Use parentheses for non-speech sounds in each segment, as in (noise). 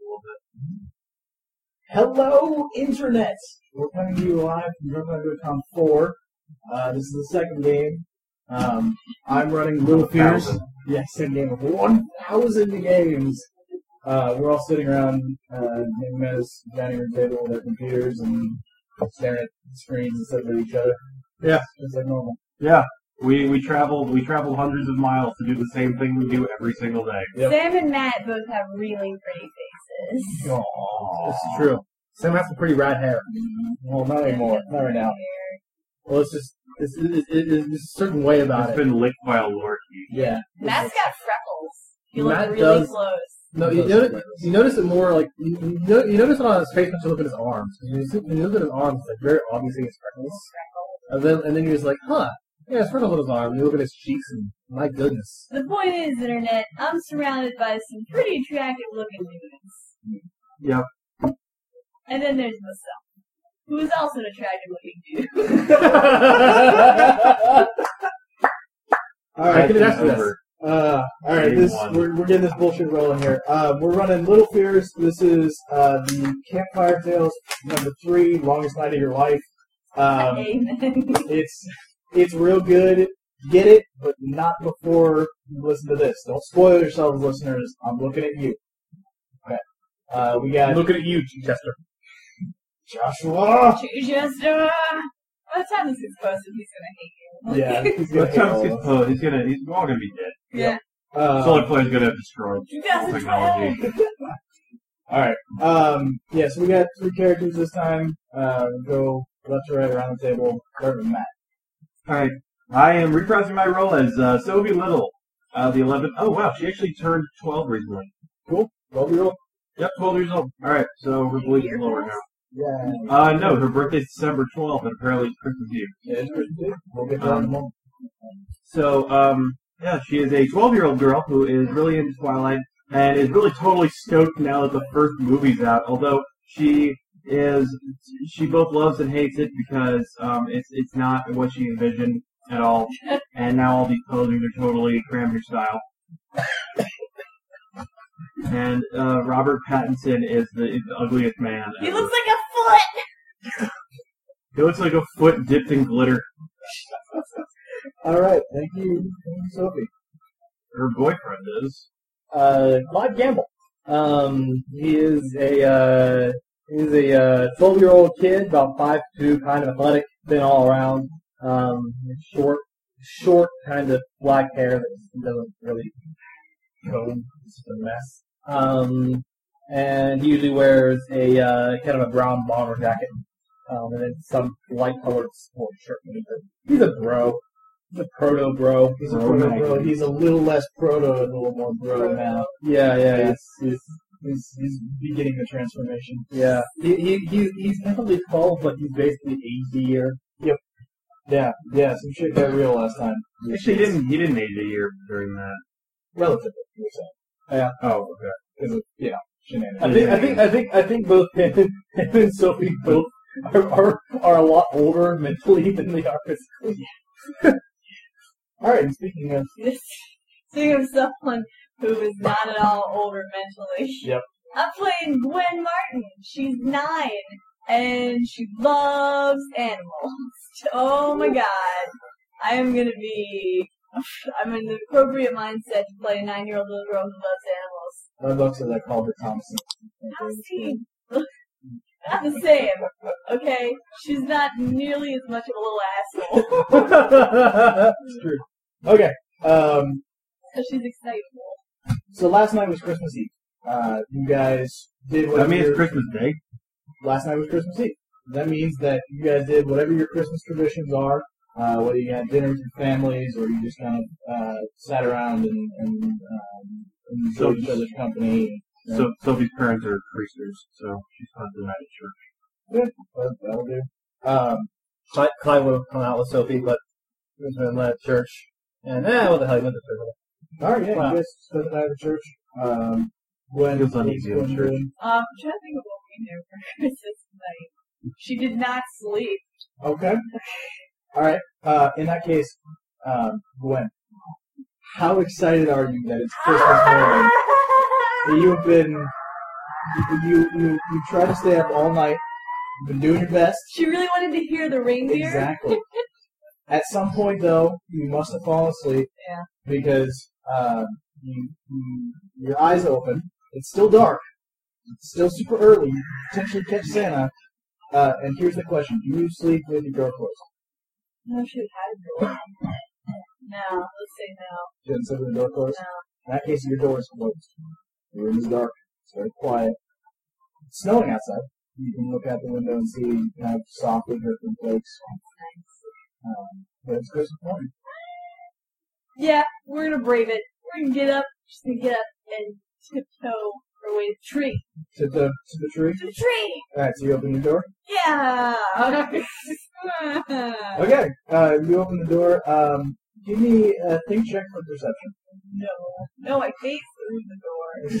little bit. Hello, Internet! We're coming to you live from DrumCon 4. Uh, this is the second game. Um, I'm running Little Fears. Thousand. Yes, same game of 1,000 games. Uh, we're all sitting around uh, Nigma's dining room table with our computers and staring at screens instead of each other. Yeah. It's like normal. We we traveled we traveled hundreds of miles to do the same thing we do every single day. Yep. Sam and Matt both have really pretty faces. This is true. Sam has some pretty red hair. Well, not anymore. Not right now. Well, it's just it's, it, it, it, there's a certain way about It's it. been licked by a lore key. yeah. Matt's got freckles. You Matt look really does- close. No, you notice, you notice it more like you, you, know, you notice it on his face once you look at his arms. You, see- when you look at his arms, it's like very obviously his freckles. And then and then you're just like, huh, yeah, his freckles on his arm. And you look at his cheeks, and my (laughs) goodness, The point is, Internet, I'm surrounded by some pretty attractive looking dudes. Yep. And then there's myself, who is also an attractive looking dude. (laughs) All right, That's get it after over. this. Uh, all right, Day this one. we're, we're getting this bullshit rolling here. Uh, we're running Little Fears. This is uh, the Campfire Tales number three, longest night of your life. Um, (laughs) Amen. it's it's real good. Get it, but not before you listen to this. Don't spoil yourselves, listeners. I'm looking at you. Okay. Uh, we got Looking at you, Chester. Joshua. Chester! By the time this gets posted, he's gonna hate you. (laughs) Yeah, he's gonna (laughs) Let's hate all have of his us. po- He's gonna. He's we're all gonna be dead. Uh, Solar Flare's gonna have destroyed. 2012! Alright. Um, yeah, so we got three characters this time. Uh, go left to right around the table. Start with Matt. All right, I am reprising my role as uh, Sylvie Little, uh, the 11. Oh wow, she actually turned 12 recently. Roll your roll. Yep, 12 years old. All right, so her bleed is lower now. Yeah. Uh, no, her birthday's December 12th, and apparently it's Christmas Eve. Yeah, it's pretty good. We'll get to Um, that in a moment. So, um, yeah, she is a 12 year old girl who is really into Twilight and is really totally stoked now that the first movie's out. Although she is, she both loves and hates it because um, it's it's not what she envisioned at all. and now all these posings are totally cram your style. and uh, Robert Pattinson is the, is the ugliest man. He ever. looks like a foot! he looks like a foot dipped in glitter. Alright, thank you. Thank you, Sophie. Her boyfriend is. uh, Clive Gamble. Um, he is a uh, he's a twelve year old kid, about five two, kind of athletic, thin all around. Um, short, short, kind of black hair that doesn't really go. It's a mess. Um, and he usually wears a uh, kind of a brown bomber jacket. Um, and then some light colored sport shirt. beneath it. He's a bro. He's a proto bro. He's a proto bro. He's a little less proto and a little more bro now. Yeah, yeah, he's, he's, he's, he's beginning the transformation. Yeah. He, he, he's, he's definitely 12, but he's basically 80 year. Yep. Yeah, yeah, some shit got real last time. Actually, he didn't. He didn't age a year during that. Relatively, you were saying. Oh, okay. is a you know shenanigans. I think- I think- I think I think both him and, him and Sophie both are, are are a lot older mentally than they are physically. (laughs) All right, and speaking of (laughs) Speaking of someone who is not at all older mentally. Yep. I'm playing Gwen Martin. She's nine and she loves animals. (laughs) Oh my god. I am gonna be (sighs) I'm in the appropriate mindset to play a nine year old little girl who loves my books, as I called her Thompson, animals. (laughs) Honestly, Not the same. Okay? She's not nearly as much of a little asshole. (laughs) (laughs) it's true. Okay, um, So she's excitable. so last night was Christmas Eve. Uh, you guys did what I mean, it's Christmas Day. last night was Christmas Eve. That means that you guys did whatever your Christmas traditions are, uh, whether you had dinners with families or you just kind of uh, sat around and, and um, enjoyed each other's company. Yeah. So Sophie's parents are priesters, so she spent the night at church. That- That'll do. Um, Clyde, Clyde would have come out with Sophie, but he was in that church. And eh, what the hell, he went to church. All right, yeah, Wow. you guys spent the night at church. Um, Gwen, Feels uneasy what's in Gwen church. doing? Um, I'm trying to think of what we knew for (laughs) Christmas night. She did not sleep. Okay. All right. Uh, in that case, um, Gwen, how excited are you that it's Christmas morning? That You've been You, you, you try to stay up all night. You've been doing your best. She really wanted to hear the reindeer. (laughs) Exactly. At some point, though, you must have fallen asleep. Yeah. Because um, you, you, your eyes open. It's still dark. It's still super early. You can potentially catch Santa. Uh, and here's the question: Do you sleep with your door closed? No, she had a door. No, let's say no. You haven't slept with the door closed. No. In that case, your door is closed. The room is dark. It's very quiet. It's snowing outside. You can look out the window and see kind of softly drifting flakes. Um, but it's Christmas morning. Yeah, we're gonna brave it. We're gonna get up. She's gonna get up and tiptoe her way to the tree. To the to the tree. To the tree! All right. So you open the door. Yeah! (laughs) Okay. Uh, you open the door. Um, give me a think check for perception. no. No, I face through the door.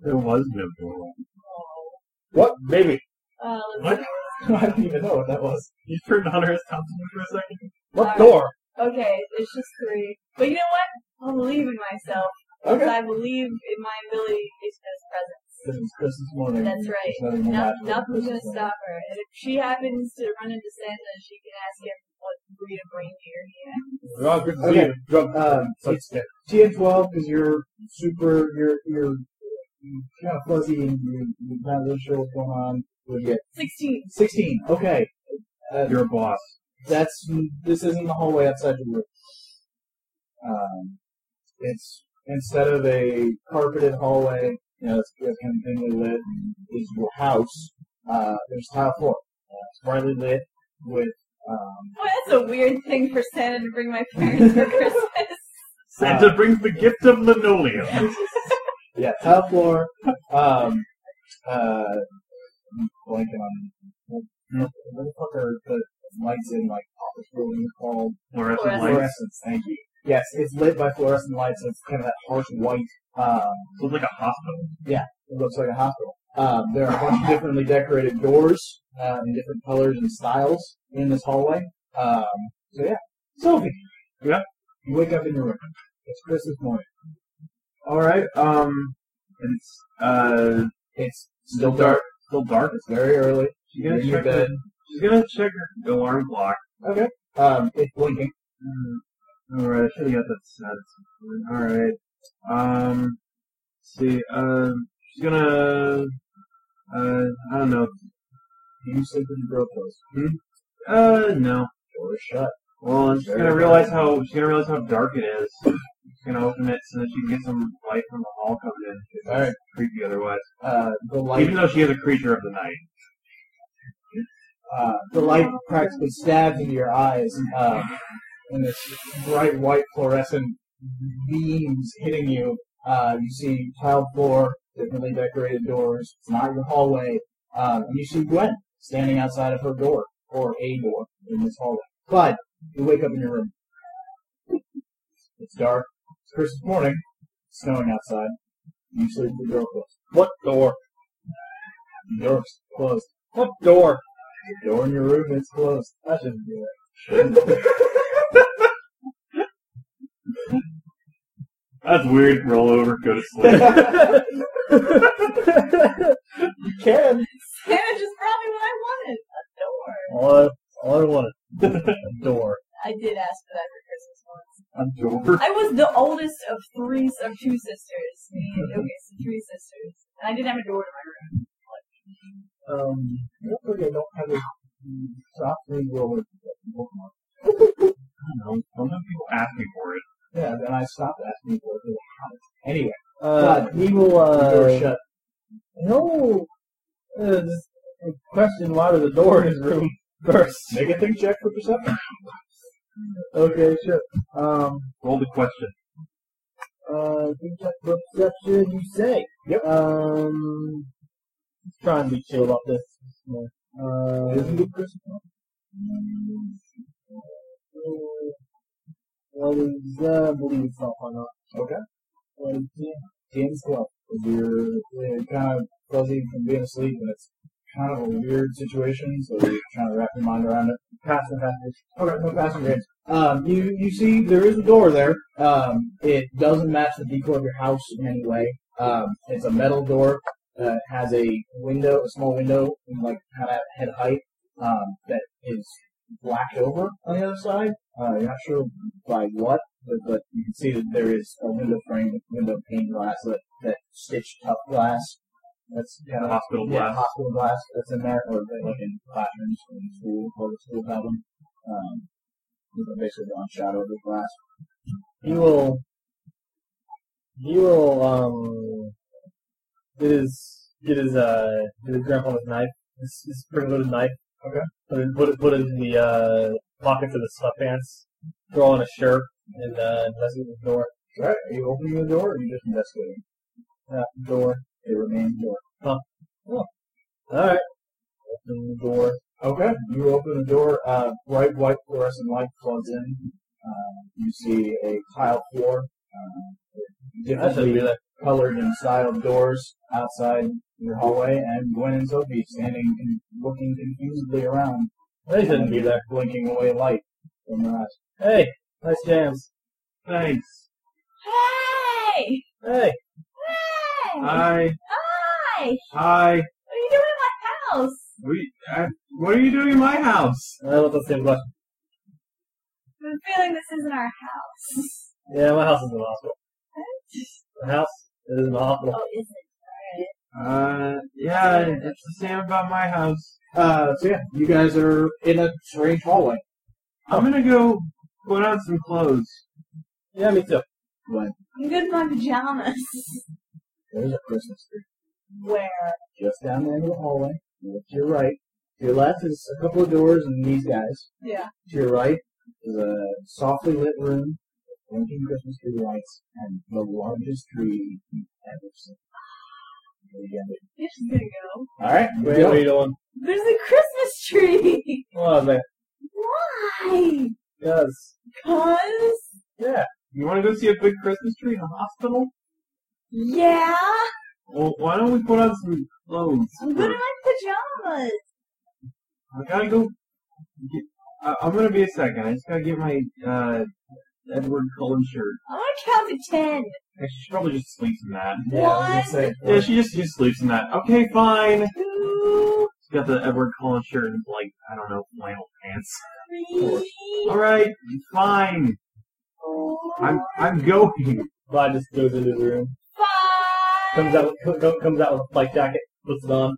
There was no door. What? Baby. Uh, let's What? (laughs) see. I don't even know what that was. You turned on Hunter's Thompson for a second. What Alright. door? Okay, there's just three. But you know what? I believe in myself. Because Okay. I believe in my ability to discuss presents. This is Christmas morning. That's right. There's nothing more No, magical than nothing's gonna Christmas morning. stop her. And if she happens to run into Santa, she can ask him what breed of reindeer he has. We're all good to Okay. see you. Drug, Um, such that. TN12 because you're super, you're, you're, you're kind of fuzzy and you're, you're not really sure what's going on. What do you get? Sixteen. 16. Okay. Uh, You're a boss. that's, this isn't the hallway outside your room. Um, it's, instead of a carpeted hallway, you know, it's, it's kind of thinly lit, and is your house, uh, there's tile floor. Uh, it's brightly lit with, um, Well, that's a weird thing for Santa to bring my parents for Christmas. (laughs) Santa brings the gift of linoleum. yeah, tile floor, um, uh, I'm blanking on what the fuck are the lights in like office buildings called? Fluorescent lights. Fluorescence, thank you. Yes, it's lit by fluorescent lights, and it's kind of that harsh white. Um, Looks like a hospital. it looks like a hospital. Um, there are a bunch of differently decorated doors uh, in different colors and styles in this hallway. Um, so yeah, Sophie. Yeah? You wake up in your room. It's Christmas morning. Alright, um, and it's, uh, It's still dark. Still dark. It's very early. She's You're gonna in your check bed. her, she's gonna check her alarm clock. Okay. Um, it's blinking. Mm, Alright, I should've got that set. Alright. Um, let's see, um, she's gonna, uh, I don't know. You sleep with your door closed. Uh, no. Door is shut. Well, and she's Very gonna dark. realize how, she's gonna realize how dark it is. She's gonna open it so that she can get some light from the hall coming in. It's Alright. creepy otherwise. Uh, the light Even though she is a creature of the night. Uh, the light practically stabs into your eyes, uh, and this bright white fluorescent beams hitting you. Uh, you see tiled floor, differently decorated doors. It's not your hallway. Um, and you see Gwen standing outside of her door or a door in this hallway. But you wake up in your room. It's dark. It's Christmas morning. It's snowing outside. You sleep with the door closed. What door? The door's closed. What door? The door in your room is closed. That shouldn't be That's weird. Roll over, go to sleep. you (laughs) can. Santa just brought me what I wanted. A door. All I, all I wanted. A door. I did ask for that for Christmas once. I'm doing I was the oldest of three of two sisters. Okay, so three sisters. And I didn't have a door to my room. Um, I don't think I don't have a soft thing roll with Pokemon. (laughs) I don't know. Sometimes people ask me for it. Yeah, then I stopped asking for it. Anyway, Uh, he will, the door uh, shut. no. Uh, just a question why there's a door (laughs) in his room first. Make a thing check for perception. Okay, sure. Um, Roll the question. uh, think check for perception, you say. Yep. Um, just trying to be chill about this. Uh, Isn't it Christmas? uh, well, it's, uh, I believe it's not fun, huh? Okay. Well, yeah. Dan's club. You're, you're kind of fuzzy from being asleep, and it's kind of a weird situation, so you're trying to wrap your mind around it. Pass and passage. Okay, no pass and grades. Um, you, you see there is a door there. Um, it doesn't match the decor of your house in any way. Um, it's a metal door. uh, has a window, a small window, in like kind of head height um, that is blacked over on the other side. Uh, you're not sure by what, but, but you can see that there is a window frame with window pane glass that, that stitched tough glass. That's kind of Hospital yeah, glass. hospital glass that's in there, or that, like in classrooms in school, public school have them. Um, you know, basically on shadow of the glass. You will. You will. Um. Get his. Get his. Uh. Get his grandpa his knife. His, his spring-loaded knife. Okay. Put it. Put it. Put it in the uh, pockets of his sweatpants. Throw on a shirt and uh, investigate the door. All right, are you opening the door or are you just investigating? Uh, door. It remains door. Oh. All right. Open the door. Okay, you open the door. Uh, bright white fluorescent light floods in. Uh, you see a tile floor, uh, That should be differently there. colored and styled doors outside your hallway, and Gwen and Sophie standing and looking confusedly around, They shouldn't be there. blinking away light from their eyes. Hey. Nice jams. Thanks. Hey! Hey! Hey. Hi. Hi! What are Hi. you doing in my house? We, I, what are you doing in my house? I love the same question. I have a feeling this isn't our house. Yeah, my house is in the hospital. The house is in the hospital. oh, is it? Uh, yeah, it's the same about my house. Uh, so yeah, you guys are in a strange hallway. I'm gonna go put on some clothes. Yeah, me too. I'm good in my pajamas. There's a Christmas tree Where? just down there in the hallway. You look to your right. To your left is a couple of doors and these guys. Yeah. To your right is a softly lit room with blinking Christmas tree lights and the largest tree you've ever seen. There you have it. This is gonna go. All right, Wait, what are you doing? There's a Christmas tree! Oh, man. Why? Yes. Cause? You wanna go see a big Christmas tree in the hospital? Yeah? Well, why don't we put on some clothes? I'm good in my pajamas! I gotta go. Get, I, I'm gonna be a second. I just gotta get my uh Edward Cullen shirt. I wanna count to ten! Actually, she probably just sleeps in that. Yeah, I was gonna say, uh, Yeah, she just she just sleeps in that. Okay, fine. Two, She's got the Edward Cullen shirt and like I don't know flannel pants. (laughs) three, All right, fine. I'm I'm going. Vlad just goes into the room, five, comes out, co- co- comes out with a flak jacket, puts it on.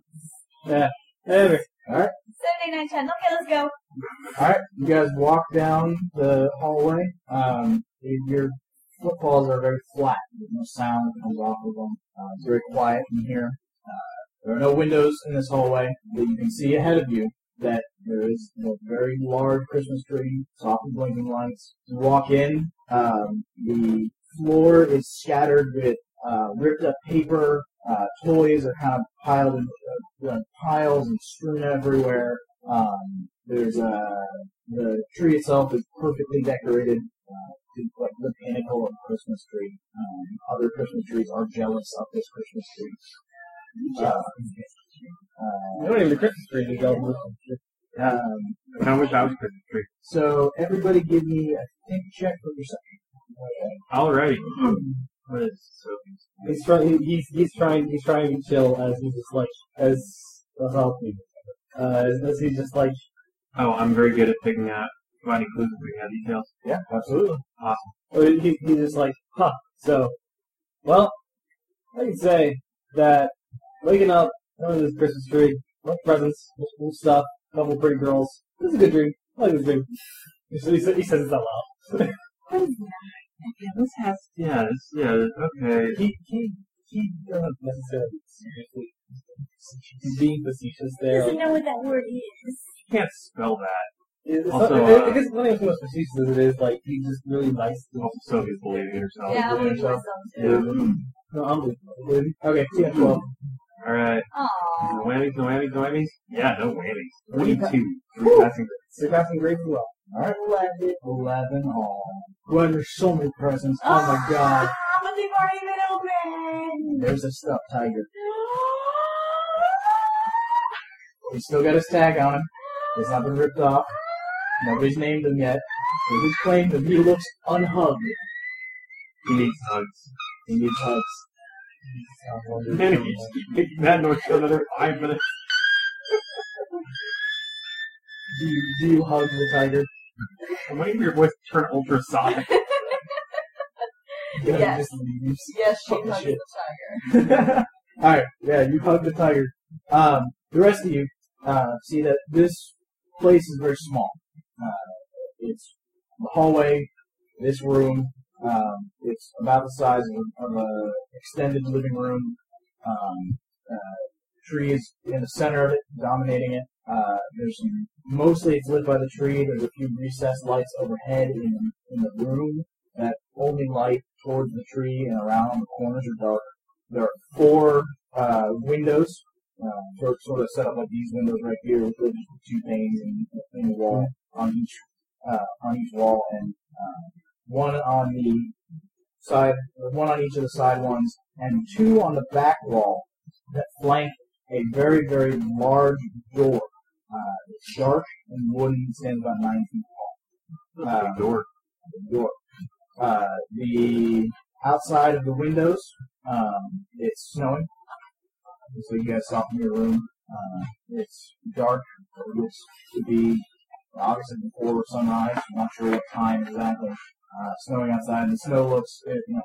Yeah. Anyway, seven, eight, nine, ten. Okay, let's go. all right, you guys walk down the hallway. Um, your footfalls are very flat. There's no sound that comes off of them. Uh, it's very quiet in here. Uh, there are no windows in this hallway, but you can see ahead of you that there is a very large Christmas tree, soft and blinking lights. You walk in. Um, the floor is scattered with uh, ripped up paper. Uh, toys are kind of piled in uh, like piles and strewn everywhere. Um, there's uh, the tree itself is perfectly decorated, uh, to, like the pinnacle of a Christmas tree. Um, other Christmas trees are jealous of this Christmas tree. Uh, you don't even the Christmas tree to go. uh, um, I wish I was Christmas tree. so everybody, give me a think check for yourself. Alrighty. What is Sophie's? He's trying, he's, he's trying, he's trying to chill as he's just like, as, as help me. Uh, as, as he's just like, Oh, I'm very good at picking out finding clues and picking out details. Yeah, absolutely. or he, he's just like, huh, so, well, I can say that waking up, under this Christmas tree, lots of presents, lots of cool stuff, couple of pretty girls, this is a good dream. I like this dream. He says, he says it's out loud. What is Yeah, this has. Yeah, this, yeah. Okay. he he he uh, doesn't necessarily seriously. He's being facetious there. doesn't know what that word is. You can't spell that. It's Also, not- it- uh, I guess it's not even so much facetious as it is like he's just really nice. To Also, Sophie's believing in Oh, herself. yeah, I'm believe myself Yeah. too. no, unbelievable. Really. Okay, yeah, twelve. All right. Aww. No whammies. No whammies. No whammies. Yeah, no whammies. Three Twenty-two. Three passing. Surpassing grade twelve. I love it. Eleven all. Gwen, there's so many presents. Oh Ah, my god. But they've already been opened. There's a stuffed tiger. He's still got his tag on him. He's not been ripped off. Nobody's named him yet. Nobody's claimed him. He looks unhugged. (laughs) He needs hugs. He needs hugs. (laughs) And then you just keep making that noise for another five minutes. Do you, do you hug the tiger? I'm waiting for your voice to turn ultrasonic. You know, Yes. just leaves. Yes, she Oh, hugs shit. the tiger. Alright, yeah, you hug the tiger. Um, the rest of you uh, see that this place is very small. Uh, it's the hallway, this room, um, it's about the size of, of a extended living room. Um, uh, trees in the center of it, dominating it. Uh, there's some, mostly it's lit by the tree. There's a few recessed lights overhead in, in the room that only light towards the tree and around the corners are dark there are four uh, windows, uh, sort sort of set up like these windows right here, with the two panes in, in the wall on each uh, on each wall, and uh, one on the side, one on each of the side ones, and two on the back wall that flank a very very large door. Uh, it's dark and wooden, stands about nine feet Uh, door. the door. Uh, the outside of the windows, um, it's snowing. So you guys saw from your room. Uh, it's dark. It looks to be obviously before sunrise. I'm not sure what time exactly. Uh, snowing outside, and the snow looks. It, you know,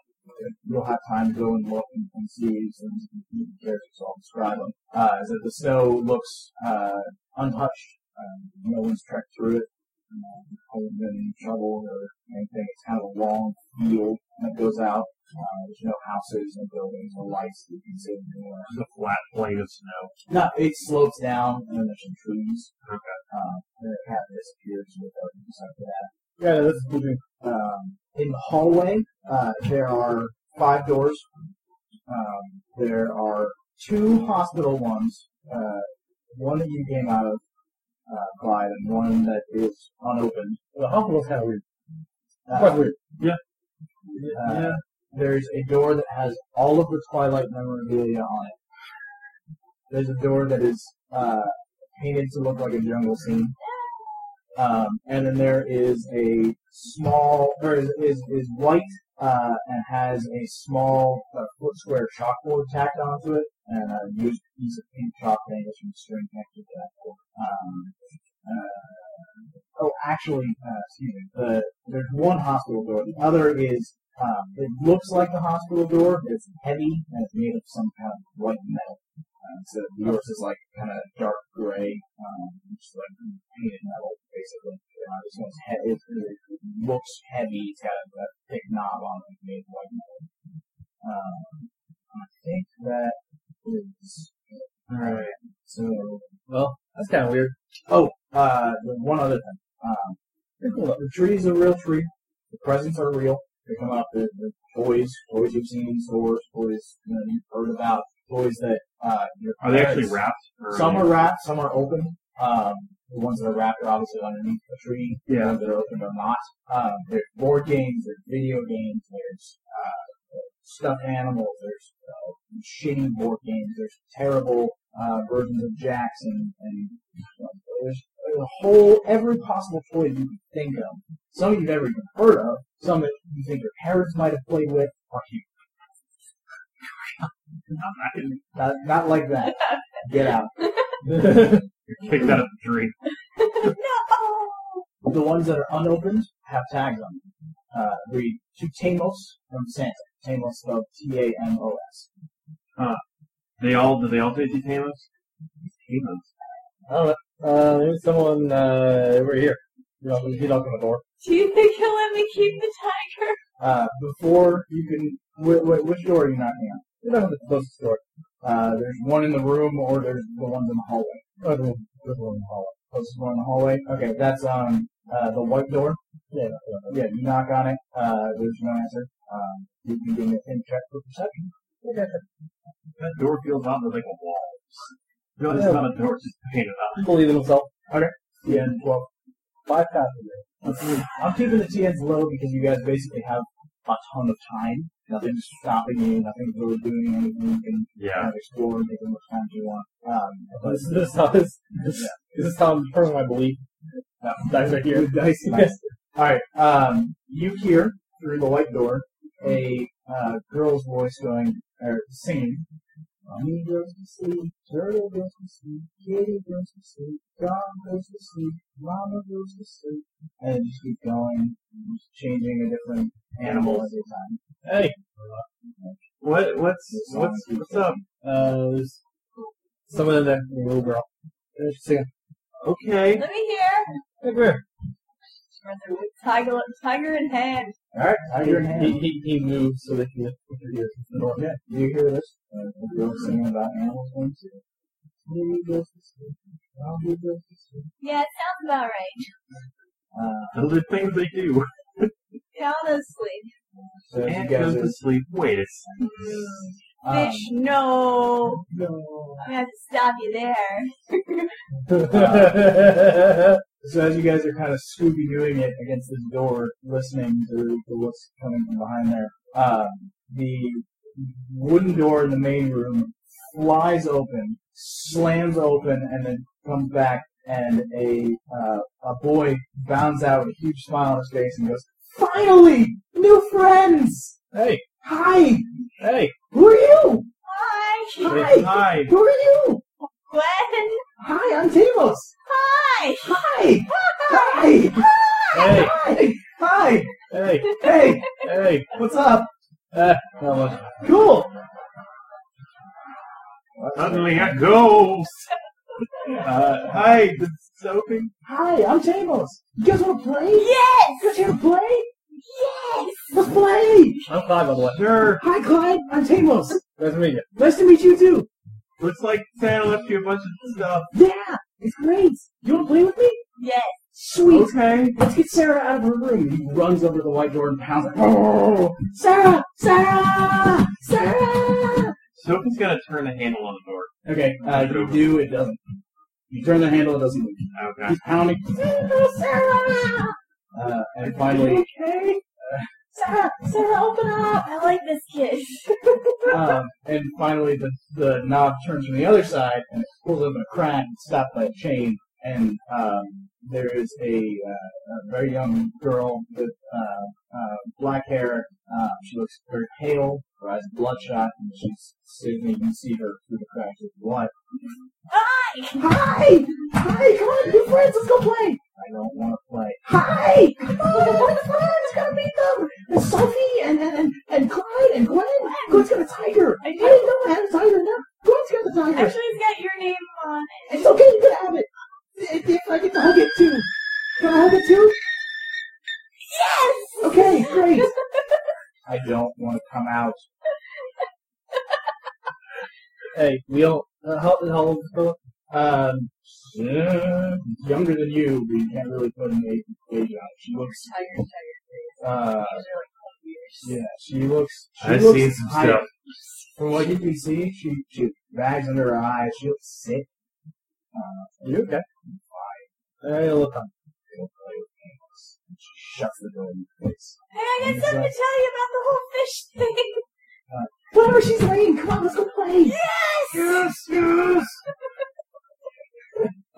you'll have time to go and look and, and see these things. You can care, so I'll describe them. Uh, is that the snow looks uh, untouched. Um, no one's trekked through it. Um, haven't been in trouble or anything. It's kind of a long field that goes out. Uh, there's no houses, no buildings, no lights that you can see anywhere. There's a flat plane of snow. No, it slopes down, and then there's some trees. Okay. Uh, and it kind of disappears with darkness after that. Yeah, this is cool. Um, in the hallway, uh, there are five doors. Um, there are two hospital ones. Uh, one that you came out of uh, by, and one that is unopened. The hospital's kind of weird. Uh, Quite weird. Uh, There's a door that has all of the Twilight memorabilia on it. There's a door that is uh, painted to look like a jungle scene. Um, and then there is a small, or is, is, is white, uh, and has a small uh, foot square chalkboard tacked onto it, and a used piece of pink chalk dangles from the string connected to that board. Um, uh, oh, actually, uh, excuse me, the, there's one hospital door. The other is um, it looks like the hospital door. It's heavy and it's made of some kind of white metal. Um, so the yours is like kind of dark gray, um, just like painted metal, basically. Uh, this one's he- it, it looks heavy. It's got a, a thick knob on it made of white metal. Um, I think that is all right. So Well, that's kind of weird. uh, the one other thing. Um, the tree is a real tree. The presents are real. They come out the, the toys, toys you've seen in stores, toys you know, you've heard about, toys that uh, your Are they actually parents- wrapped? Or Some are are wrapped, some are open. Um, the ones that are wrapped are obviously underneath the tree. The Yeah. ones that are open are not. Um, there's board games, there's video games, there's uh, stuffed animals, there's uh, shitty board games, there's terrible uh, versions of jacks, and, and uh, there's a whole every possible toy you can think of. Some you've never even heard of. Some that you think your parents might have played with are here. Not, not like that. Get out. You're kicked out of the tree. No! The ones that are unopened have tags on them. Uh, read to Tamos from Santa. Tamos spelled T-A-M-O-S. They all do they all take Tamos? Tamos. I don't know. Uh, maybe someone uh, over here. You know, he knocked on the door. Do you think he'll let me keep the tiger? Uh, before you can, wh- wh- which door are you knocking on? You know, the closest door. Uh, there's one in the room, or there's the ones in the hallway. Oh, the one- the one in the hallway. Closest one in the hallway. Okay, that's um uh, the white door. Yeah, that's the one. Yeah, you knock on it. Uh, there's no answer. Um, you can give me a pin check for perception. That door feels out like a wall. No, it's not a door, it's just painted up. He believes in himself. Yeah, twelve. Five times I'm keeping the TNs low because you guys basically have a ton of time. Nothing's stopping you. Nothing's really doing anything. You can kind Yeah. of explore and take as much time as you want. Um, but This, this is (laughs) how this, this, this is how I'm determining my belief. Yeah. Dice right here. Dice Yes. (laughs) All right. Um, you hear through the white door a uh, girl's voice going, or singing. Mommy goes to sleep, turtle goes to sleep, kitty goes to sleep, dog goes to sleep, mama goes to sleep, and it just keeps going, just changing a different animal every time. Hey, What what's what's what's up? uh, there's someone in there, a little girl. Uh, She's singing. Okay. Let me hear. Hey, Greer. Run there with Tiger, tiger in hand. All right, I hear him. He, he, he moves so that he can put your ears to the door. Yeah, do you hear this? Uh, the girl singing about animals once. Kitty goes to sleep, doggy goes to sleep. Yeah, it sounds about right. Uh, Those are things they do. Yeah, all those sleep. so you Ant guys goes are, to sleep. Wait a second. Mm. um, Fish, no. no. I'm gonna have to stop you there. (laughs) So as you guys are kind of Scooby Dooing it against this door, listening to, to what's coming from behind there, um, the wooden door in the main room flies open, slams open, and then comes back, and a uh, a boy bounds out with a huge smile on his face and goes, "Finally, new friends! Hey, Hi, hey. who are you? Hi, Hi. Hey, hi. Who are you? Gwen. Hi, I'm Tamos. Hi. (laughs) Hi, hi, Hey, hi, hi, hey, hey." hey. What's up? Uh, not much. Cool. Suddenly a ghost. Uh, hi, this is Sophie. Hi, I'm Tables. You guys want to play? Yes. You guys here to play? Yes. Let's play. I'm Clyde, by the way. Sure. Hi, Clyde. I'm Tables. Nice to meet you. Nice to meet you too. Looks like Santa left you a bunch of stuff. Yeah, it's great. You want to play with me? Yes. (laughs) Sweet. Okay. Let's get Sarah out of her room. He runs over to the white door and pounds it. "Oh, Sarah! Sarah! Sarah! Sophie's gonna turn the handle on the door. Okay, uh, you do, it doesn't. You turn the handle, it doesn't move. Okay. He's pounding. Sarah! Sarah! Uh, and finally, Okay. Sarah! Sarah, open up! I like this kid. um, and finally, the, the knob turns from the other side and it pulls open a crack and stopped by a chain. And um, there is a, uh, a very young girl with uh, uh, black hair. Uh, she looks very pale, her eyes bloodshot, and she's sitting. You can see her through the cracks of the light. Hi. Hi! Hi! Come on, new friends, let's go play! I don't want to play. Hi! Come on, what is fun? Let's go meet them! And Sophie and, and, and, and Clyde and Gwen! Gwen's got a tiger! I didn't know I had a tiger now! Gwen's got a tiger! Actually, it's got your name on it. It's okay, you can have it! If, if I get to hug it too! Can I hug it too? Yes. Okay, great! I don't want to come out. Hey, we don't. Uh, how, how old is the girl? Um, yeah, younger than you, but you can't really put an age age on it. She looks, Tiger, uh, tiger. These are like twelve years. Yeah, she looks. She I've looks seen some tired. stuff. From what you can see, she she bags under her eyes. She looks sick. Uh, You okay? Hey, look. up. don't play with animals. And she shuts the door in your face. Hey, I got something to tell you about the whole fish thing. (laughs) Whatever she's laying, come on, let's go play. Yes, yes.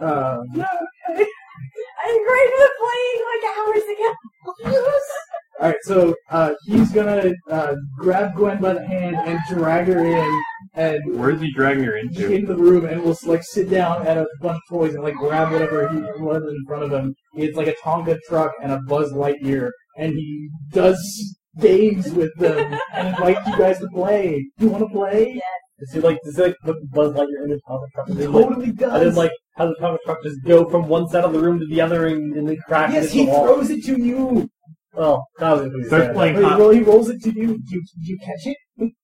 Um, I agreed with playing like hours ago. (laughs) all right, so uh, he's gonna uh, grab Gwen by the hand and drag her in and Where's he dragging her into? into the room and will like sit down at a bunch of toys and like grab whatever he whatever's in front of him. It's like a Tonka truck and a Buzz Lightyear, and he does games with them and invites you guys to play. You want to play? Does he like? Does he like put Buzz Lightyear in the Tonka truck? Does he, like, Totally and then does. like how the Tonka truck just go from one side of the room to the other and, and then crash yes, into he the wall? throws it to you. Well, that was what he Start said. playing. Wait, well, he rolls it to you. Do you, do you catch it?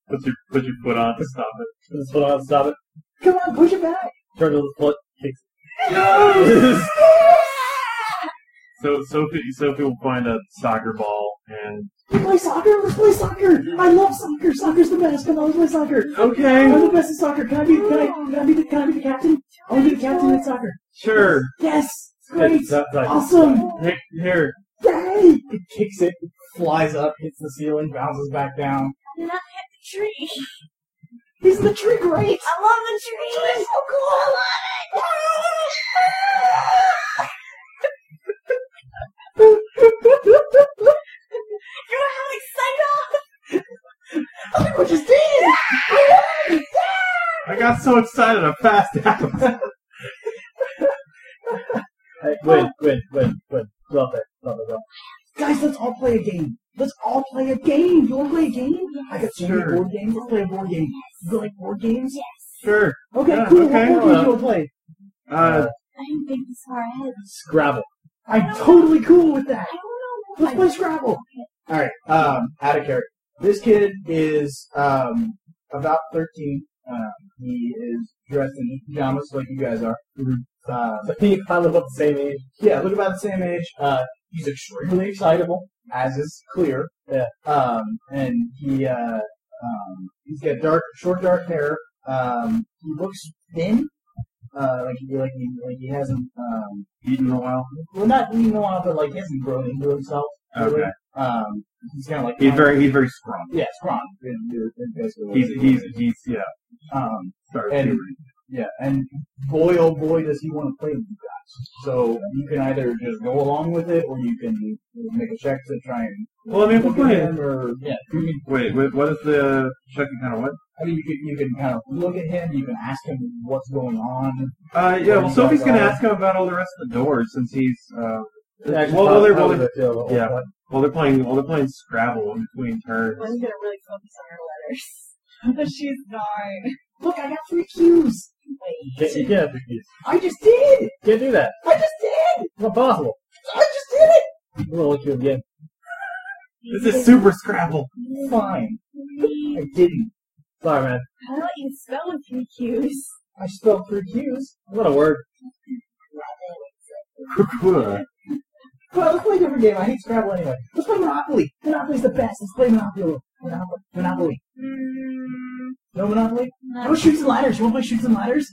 Put your put your foot on to stop it. Just put on, stop it. Come on, push it back. Turn to the foot. Kicks. (laughs) So Sophie Sophie will find a soccer ball and We play soccer. Let's play soccer. I love soccer. Soccer's the best. Come on, let's play soccer. I'm Okay. the best at soccer. Can I be? Can I, can I be the? Can I be the captain? I want to be the captain at soccer. Sure. Yes! Hey, Great! stop, stop. Awesome! Here, here. Yay! It kicks it, flies up, hits the ceiling, bounces back down. Did I hit the tree? He's in the tree great! (laughs) I love the tree. Tree's so cool. I love it. Look (laughs) You know how excited I what you did! Look got so excited I passed out. Hey, win, win, win, win. Love it, love it, love Guys, let's all play a game. Let's all play a game. You want to play a game? I got so many Sure. board games. Let's play a board game. You like board games? sure. Okay, Yeah, cool. what board okay. games you want to play? Uh, I didn't think this far ahead. it. Scrabble. I'm totally cool with that. I don't know. Let's play Scrabble. All right, um, out of character. This kid is um, about 13. Um, he is dressed in pajamas like you guys are. Mhm. (laughs) Um, So he kind of look the same age. yeah, look about the same age. Uh, he's extremely excitable, as is clear. Yeah. Um, and he uh, um, he's got dark, short, dark hair. Um, he looks thin. Uh, like he like he like he hasn't um eaten in a while. well not you know but like he hasn't grown into himself. really. Okay. Um, he's kind of like He's very he's very strong. yeah, strong. is- is basically what He's it he's is. he's yeah. um Sorry. And- yeah, and boy, oh boy, does he want to play with you guys. So you can either just go along with it, or you can make a check to try and. Well, I mean, we're look at playing- him, or yeah, you can, Wait, wait, what is the checking kind of what? I mean, you can you can kind of look at him. You can ask him what's going on. Uh, yeah. Well, Where Sophie's you guys gonna are. ask him about all the rest of the doors since he's uh. Actually, Well, well, they're probably well, the two of them. yeah. Well, they're playing. Well, they're playing Scrabble in between turns. One's gonna really focus on her letters. She's nine. Look, I got three cues. You can't, you can't, do this. I just did. can't do that. I just did. It's not possible. I just did it. I'm gonna look you again. This is super Scrabble. (laughs) Fine. I didn't. Sorry, man. I let you spell with three Q's. I spelled three cues. What a word. Well, let's play a different game. I hate Scrabble anyway. Let's play Monopoly. Monopoly's the best. Let's play Monopoly. Monopoly. Monopoly. Mm, No Monopoly. not No shoots and ladders. You want to play shoots and ladders?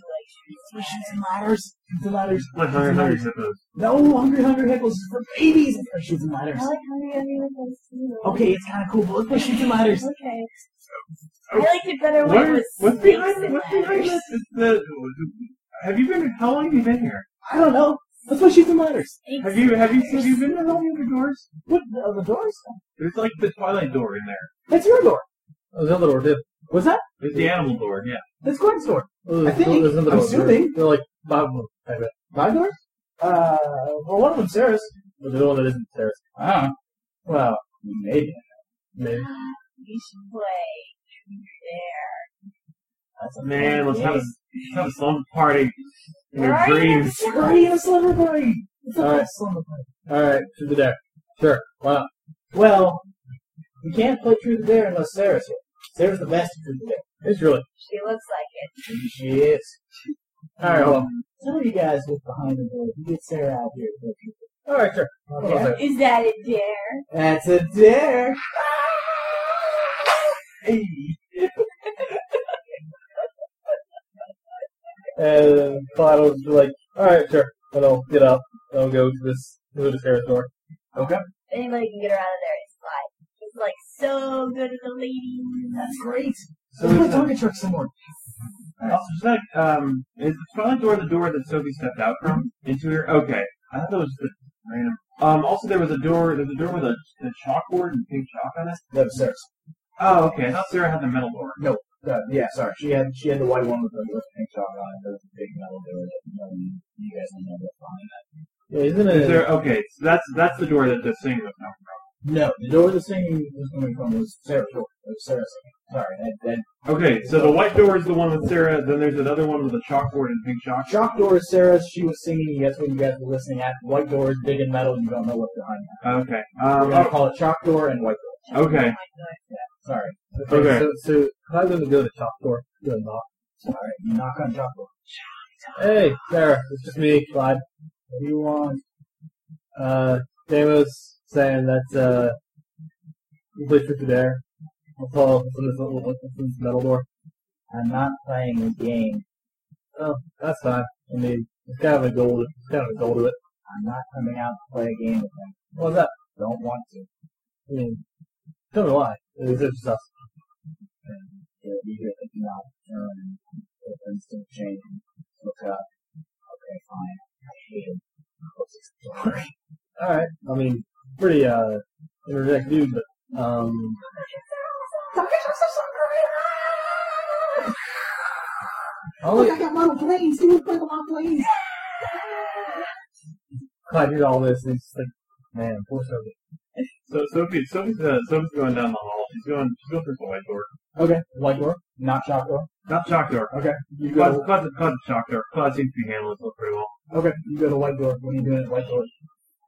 Play shoots and ladders. Shoots and ladders. Like hungry, hungry hippos. No, hungry, hungry hippos is for babies. Let's play shoots and ladders. I like how you're doing this too. Okay, it's kind of cool, but let's play shoots and ladders. Okay. I liked it better when it Where, was what's snakes behind? and What's behind ladders. this? It's the. Have you been? How long have you been here? I don't know. Let's play shoots and ladders. Snakes Have you? and Have you? Have ladders. you been to all the other doors? What the, the doors? There's like the Twilight door in there. That's your door. There's another door, too. Was that? There's the animal door. Yeah. That's Gordon's door. There's, I think- There's another I'm door. assuming. They're, they're like five of them, I bet. My door? Uh, well, one of them's Sarah's. But the one that isn't there. Ah. Well, maybe. Maybe. We should play there. That's a Man, let's have a, game. let's have a slumber party in your Right? dreams. Why are you in a slumber party? It's the Alright. best slumber party. Alright, should be there. Sure, why not? Well, you can't play Truth or Dare unless Sarah's here. Sarah's the best at Truth or Dare. It's really. She looks like it. She is. Alright, hold on. Some of you guys look behind the door. You get Sarah out here. to play Truth Alright, sure. or Hold on a Dare. second. Is that a dare? That's a dare. Hey. And Clyde was like, alright, sure. And I'll get up. and I'll go to this, go to Sarah's door. Okay. Anybody can get her out of there. It's fine. She's like so good at the ladies. That's great. So Let's play there's a- Target Truck some more. also, is that, um, is the Twilight door the door that Sophie stepped out from into here? Okay, I thought that was just a random. Um, also there was a door. There's a door with a, a chalkboard and pink chalk on it. That was Sarah's. Oh, okay. I thought Sarah had the metal door. Uh, yeah, sorry. She had she had the white one with the with the pink chalk on it. There was a big metal door that you, know, you- you guys don't know what's behind that. Yeah, isn't it? Is there, okay, so that's that's the door that the thing was coming No, the door the singing was coming from was Sarah's door. It was Sarah's singing. Sorry, that, that from. Okay, so the white door is the one with Sarah. Then there's another one with a chalkboard and pink chalk. Shock door is Sarah's. She was singing. That's what you guys were listening at. White door is big and metal. You don't know what's behind that. Okay. We're Um, gonna oh, call it shock door and white Okay. door. Sorry. Okay, Okay. so, so Clyde doesn't go to the top door. He does not. All right. You knock on shock door. Hey, Sarah, it's just me, Clyde. What do you want? Uh, Damos saying that, uh, you play Truth or Dare. I'll follow up from this little, from this metal door. I'm not playing a game. Oh, That's fine. I mean, it's kind of a goal, it's kind of a goal to it. I'm not coming out to play a game with them. What's that? Don't want to. I mean, tell me why. It's just us. You'll be here if not turn. If instant change. Look up. Okay, fine. I hate it. Close this door. (laughs) Alright. I mean, pretty, uh, interject dude, but, um, Oh, yeah. I got model planes, dude. Look, model planes. Clyde did all this, and he's just like, man, poor Sophie. So Sophie, Sophie's, uh, Sophie's going down the hall. She's going, she's going through the white door. Okay, light door, not shop door. Not shock door. Okay, you go. Closet, To, closet, closet shock door. Closet seems to be handling itself pretty well. okay, you go to light door. What are you doing at light door?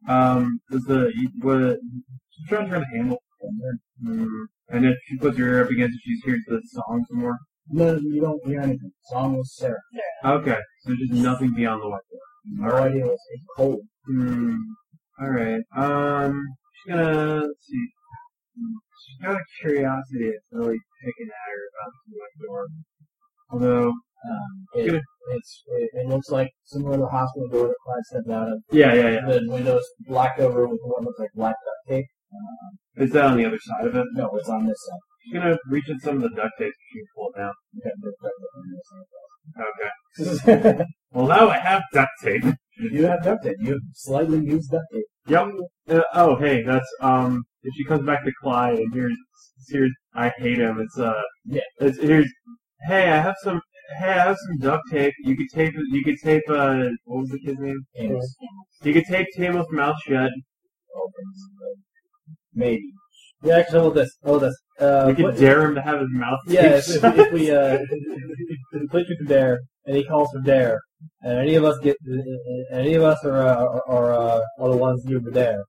Um, does the, you- what, she's trying to turn the handle. Mm. And if she puts her ear up against it, she just hears the song some more. No, you don't hear anything. Song was Sarah. Okay, so there's just nothing beyond the white door. No idea. It's it's cold. Hmm. Alright, um, she's gonna, let's see. She's got a curiosity that's really picking at her about the white door. Although, Um, Good. it, it's it, it looks like similar to the hospital door that Clyde stepped out of. yeah, yeah, yeah. The windows blacked over with what looks like black duct tape. Um, Is that on the other side of it? no, it's on this side. She's gonna reach in some of the duct tape she can pull it down. Okay, there's duct tape on this side. Okay. (laughs) you Well, now I have duct tape. have duct tape. You have slightly used duct tape. Yep. Uh, oh, hey, that's um. If she comes back to Clyde and here's here's I hate him. It's uh. Yeah. It's here's. Hey, I have some. Hey, I have some duct tape. You could tape. You could tape. Uh, what was the kid's name? And it's You could tape Tamo's mouth shut. Oh, opens. uh, but Maybe. Yeah, actually, hold this. Hold this. Uh, You could what- dare him to have his mouth. yeah, if, (laughs) taped if, shut. if we uh, if we put you for dare, and he calls for dare, and any of us get, and any of us are uh, are, are, uh, are the ones new for dare.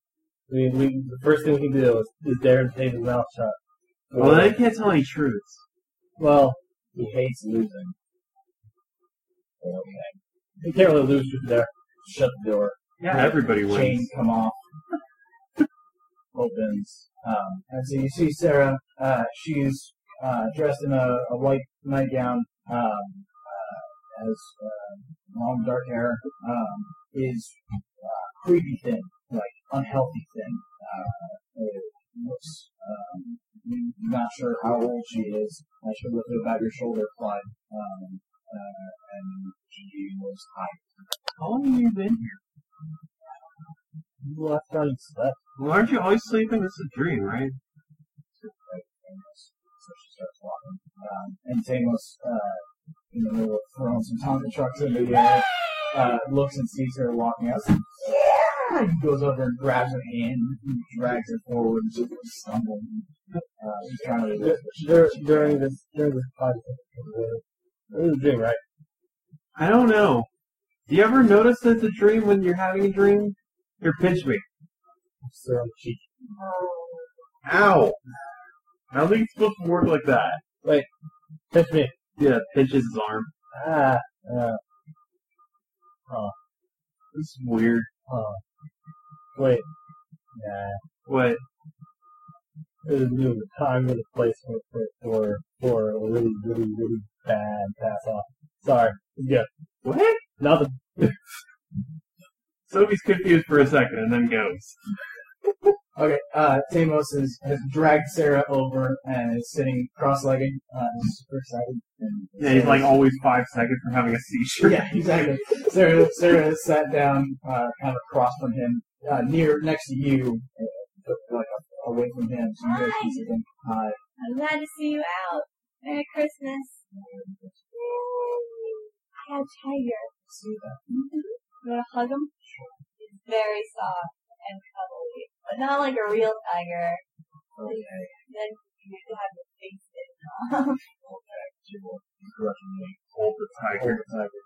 We, we the first thing we can do is, is dare him to take his mouth shut. well, then I can't tell any truths. well, He hates losing. Okay. you can't really lose for dare. Shut the door. Yeah, Right. everybody wins. Chain come off. (laughs) Opens. Um, and so you see Sarah. Uh, she's uh, dressed in a, a white nightgown. Um, uh, has uh, long dark hair. Um, is uh, creepy thin, like unhealthy thin. Uh, it looks. Um, you- you're not sure how old she is. Uh, she looked about your shoulder, Clyde. Um, uh, and she was high. How long have you been here? You left out and slept. Well, aren't you always sleeping? This is a dream, right? Amos. So she starts walking. Um, and Amos, uh, in the middle of throwing some Tonka trucks in the air, uh, looks and sees her walking out. Yeah! He goes over and grabs her hand and drags her forward and she's like stumbling. Uh, he's trying to resist, but she- Dur- she- during this during this podcast. It was a dream, right? I don't know. Do you ever notice that it's a dream when you're having a dream? Here, pinch me. So on the cheek. Ow! I don't think it's supposed to work like that. Touch me. Yeah, pinches his arm. Ah, This is weird. oh. Wait. Nah. What? There's a time and a place for for for, for a really really really bad pass off. Sorry. Yeah. What? Nothing. Sophie's confused for a second and then goes. Okay, uh, Tamos is, has dragged Sarah over and is sitting cross-legged, uh, super excited. And Yeah, he's like Sarah's- always five seconds from having a seizure. Yeah, exactly. Sarah, Sarah sat down uh, kind of across from him, uh, near next to you, uh, but, like away from him. So you guys can see them. Hi. I'm glad to see you out. Merry Christmas. I have Tiger. See that? You want to hug him? He's very soft and cuddly, but not like a real tiger. Okay. Then you have to face it off. (laughs) Okay. She will begrudgingly Hold the hold tiger. the tiger.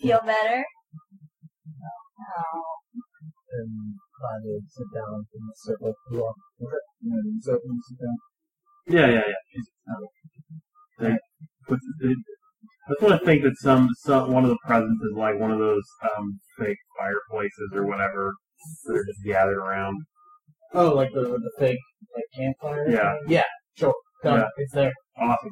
Feel better? Oh. And I will sit down in the circle. You are- And then he's up and sit down. (laughs) Yeah, yeah, yeah. She's- oh. They- but it- I just want to think that some, some one of the presents is like one of those um, fake fireplaces or whatever that are just gathered around. Oh, like the the fake like campfire. Yeah. Yeah. Sure. Done. Yeah. It's there. Awesome.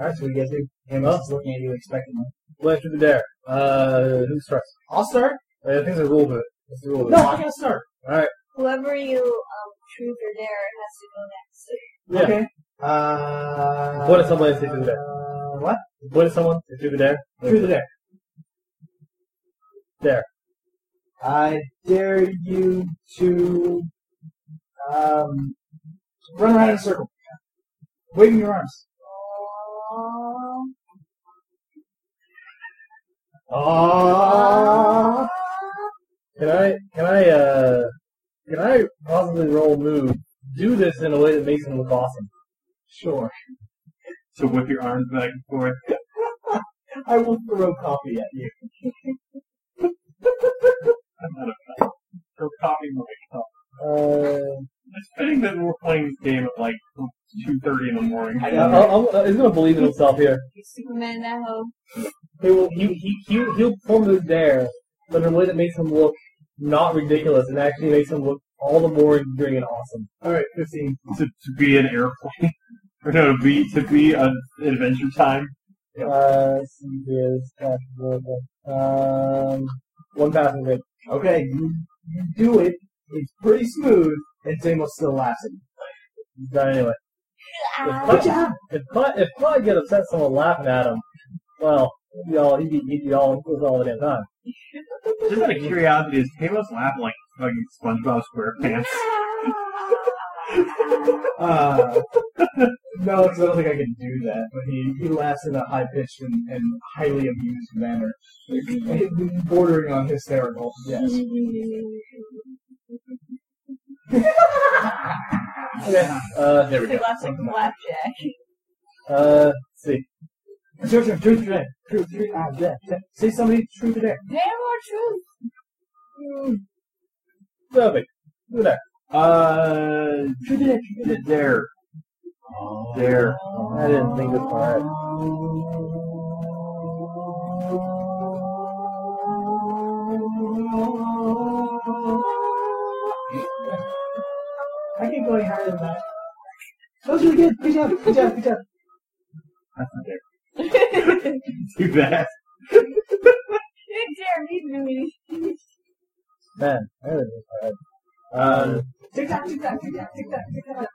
All right. So we guys do. Amos is looking at you expectantly. Well, after the dare. Uh, who starts? I'll start. I think there's a rule to it. There's a rule to No, it. I gotta start. Whoever you um, truth or dare has to go next. Yeah. Okay. Uh. What if somebody says do that? Uh, what? What is someone to do the dare? Through the dare. Dare. I dare you to um, run around in a circle, waving your arms. Oh. Uh, Ah. Can I? Can I? Uh, can I possibly roll move? Do this in a way that makes him look awesome. Sure. So whip your arms back and forth. I will throw coffee at you. I'm not a fan. Or copy myself. Uh, It's fitting that we're playing this game at like 2.30 in the morning. I, I, uh, I, he's gonna believe in himself here. You Superman that hoe. He will. He he he he'll perform his dare, but in a way that makes him look not ridiculous and actually makes him look all the more endearing and awesome. Alright, 15. to, to be an airplane. (laughs) or no, to be, to be an adventure time. Uh, let's see here, this guy's really good. um, one passing grade. Okay, you, you do it. It's pretty smooth, and Zamos still laughs at you. He's done anyway. Ah. Uh, Good job. If Clyde, if Clyde get upset, someone laughing at him, well, he'd be all he'd be, he'd be all he was all the damn time. Just out of curiosity, is Taylor's laugh like fucking SpongeBob SquarePants? (laughs) (laughs) Uh, no, because I don't think I can do that. But he, he laughs in a high pitched and, and highly amused manner, Mm-hmm. bordering on hysterical. Yes. Okay. Uh, There He laughs like a flapjack. uh, let's see. It's your turn. Truth today. Truth. Truth. Ah, yeah. Say somebody true today. Pay more truth. Perfect. Do that. Uh, True today. there. There. I didn't think this far. ahead. I keep going higher than that. That was really good. Good job. Good job. Good job. That's not there. (laughs) Too bad. You dare me to me. Man, I didn't think this far. ahead. Um, Um, Tick tock. Tick tock. Tick tock. Tick tock. Tick tock.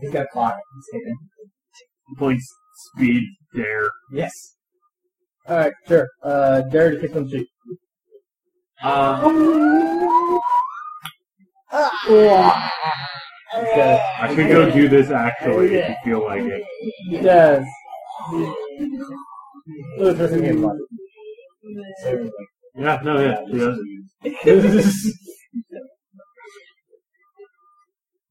He's got a clock. He's ticking. please speed there. Yes. all right, sure. Uh, dare to kick some cheek. Uh, Okay. I could go do this actually if you feel like it. Yes. Lewis, what's your (laughs) game plan? Seriously. Yeah, no, yeah, she does.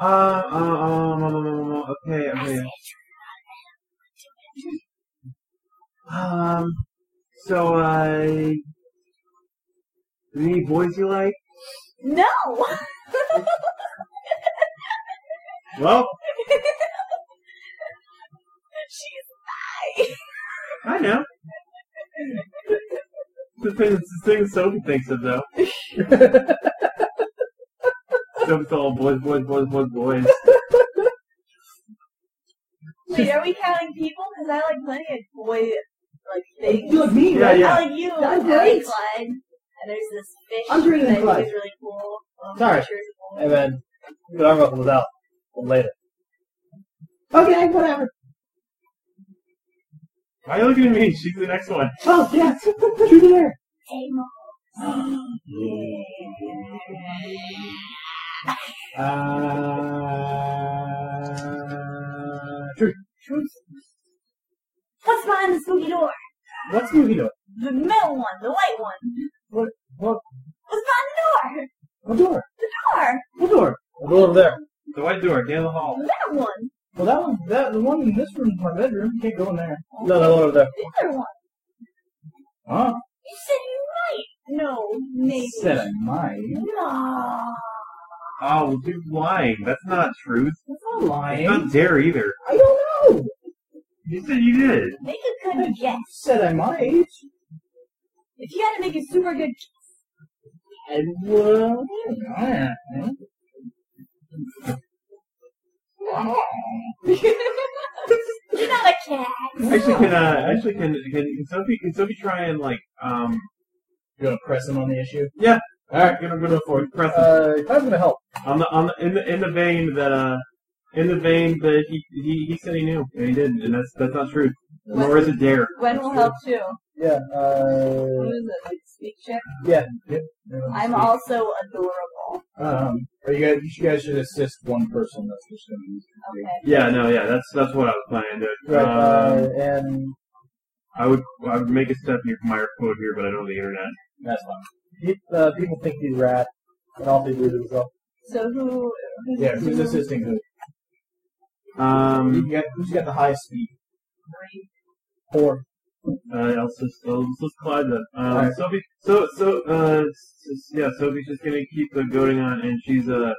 Uh, uh, um, um, um, um, um, okay, okay. Um, so, uh, any boys you like? No! Well, (laughs) She's high! I know. the thing, the thing Sophie thinks of (laughs) though. Sophie's all boys, boys, boys, boys, boys. Wait, are we counting people? Because I like plenty of boy, like, things. You like me, Yeah, right? yeah. I like you. I'm I like great. Clyde. And there's this fish I'm greater than that I Clyde. think is really cool. Um, Sorry. pictures of And then, but I'm ruffled out later. Okay, whatever. Why are you looking at me? She's the next one. Oh, yeah. Truth to dare. Table. (gasps) Uh, truth. What's behind the spooky door? What's movie door? The middle one, the white one. What- what? What's behind the door? What door? Door! What door? I'll go over there. The white door, down the hall. That one! Well, that one, that the one in this room is my bedroom. You can't go in there. No, no, go over there. The other one! Huh? You said you might! No, maybe. Said I might. No. Oh, you're lying. That's not truth. That's not It's lying. not dare either. I don't know. You said you did. Make a good guess. Said I might. If you gotta make a super good Oh, Hmm? I will. (laughs) You're not a cat. Actually, can uh, actually can, can can Sophie can Sophie try and like um You gonna press him on the issue? Yeah. All right. I'm gonna go for it. Press Uh, that's gonna help. on the on the, in the in the vein that uh in the vein that he, he he said he knew and he didn't and that's that's not true. Nor is it dare. Gwen will help too. Yeah. What Uh, is it? Like speak check? Everyone I'm speak. also adorable. Um, are you guys? You guys should assist one person. That's just gonna be. Okay. Yeah, no, yeah, that's that's what I was planning to. do. right. Um, Uh, and I would I would make a step near my quote here, but I don't have the internet. That's fine. he, uh, people think he's rat, and also he believes himself. So who? who's- Yeah, who's assisting who? Um, You got, who's got the highest speed? Three. Four. uh, I'll just I'll just Clyde then. Um, Alright. Sophie, so so uh, s- s- yeah, Sophie's just gonna keep the goading on, and she's uh,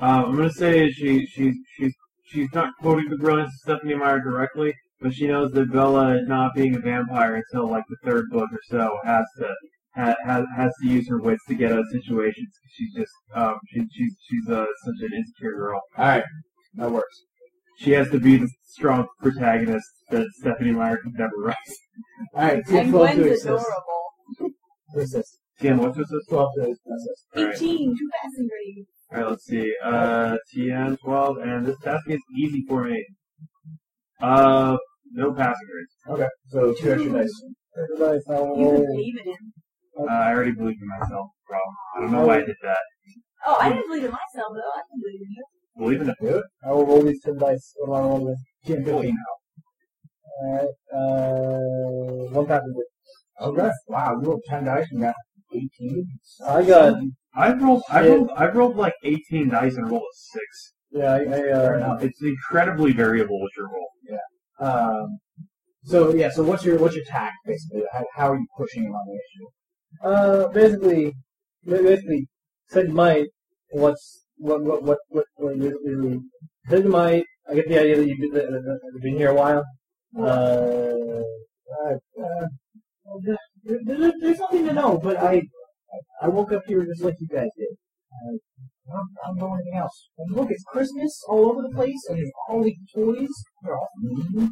uh, I'm gonna say she she's she's she's not quoting the brilliance of Stephanie Meyer directly, but she knows that Bella not being a vampire until like the third book or so has to. ha- Has, has to use her wits to get out of situations. She's just um, she, she's she's uh, such an insecure girl. All right, that works. She has to be the strong protagonist that Stephanie Meyer could never write. All right, And twelve to Gwen's assist. adorable. To assist. Damn, what's this? Twelve to assist. Alright, Eighteen. Too fast and greedy. all right, let's see. Uh, TN 12, and this task is easy for me. Uh, no passing grades. Okay, so two extra dice. Everybody's now You roll. would believe it in. Uh, I already believed in myself, bro. I don't know why I did that. Oh, Hmm. I didn't believe in myself though. I can believe in you. Believe in it. I will roll these ten dice. What am I rolling with? Can't do it now. Alright, uh, one passenger. Okay. Wow, you rolled ten dice and got eighteen. I got, I've rolled, I've Shit. rolled, I've rolled like 18 dice and rolled a 6. yeah, I, I Fair uh, enough. It's incredibly variable with your roll. Um, so yeah, so what's your what's your tact basically? How, how are you pushing him on the issue? uh, basically, ba- basically, said might, what's, what, what, what, what, what, basically, said might, I get the idea that you've been, that- that- that you've been here a while. Uh, I, uh, there, there, there's nothing to know, but I, I woke up here just like you guys did. Uh, I don't, I don't know anything else. And look, it's Christmas all over the place, and there's all these toys. They're all mean.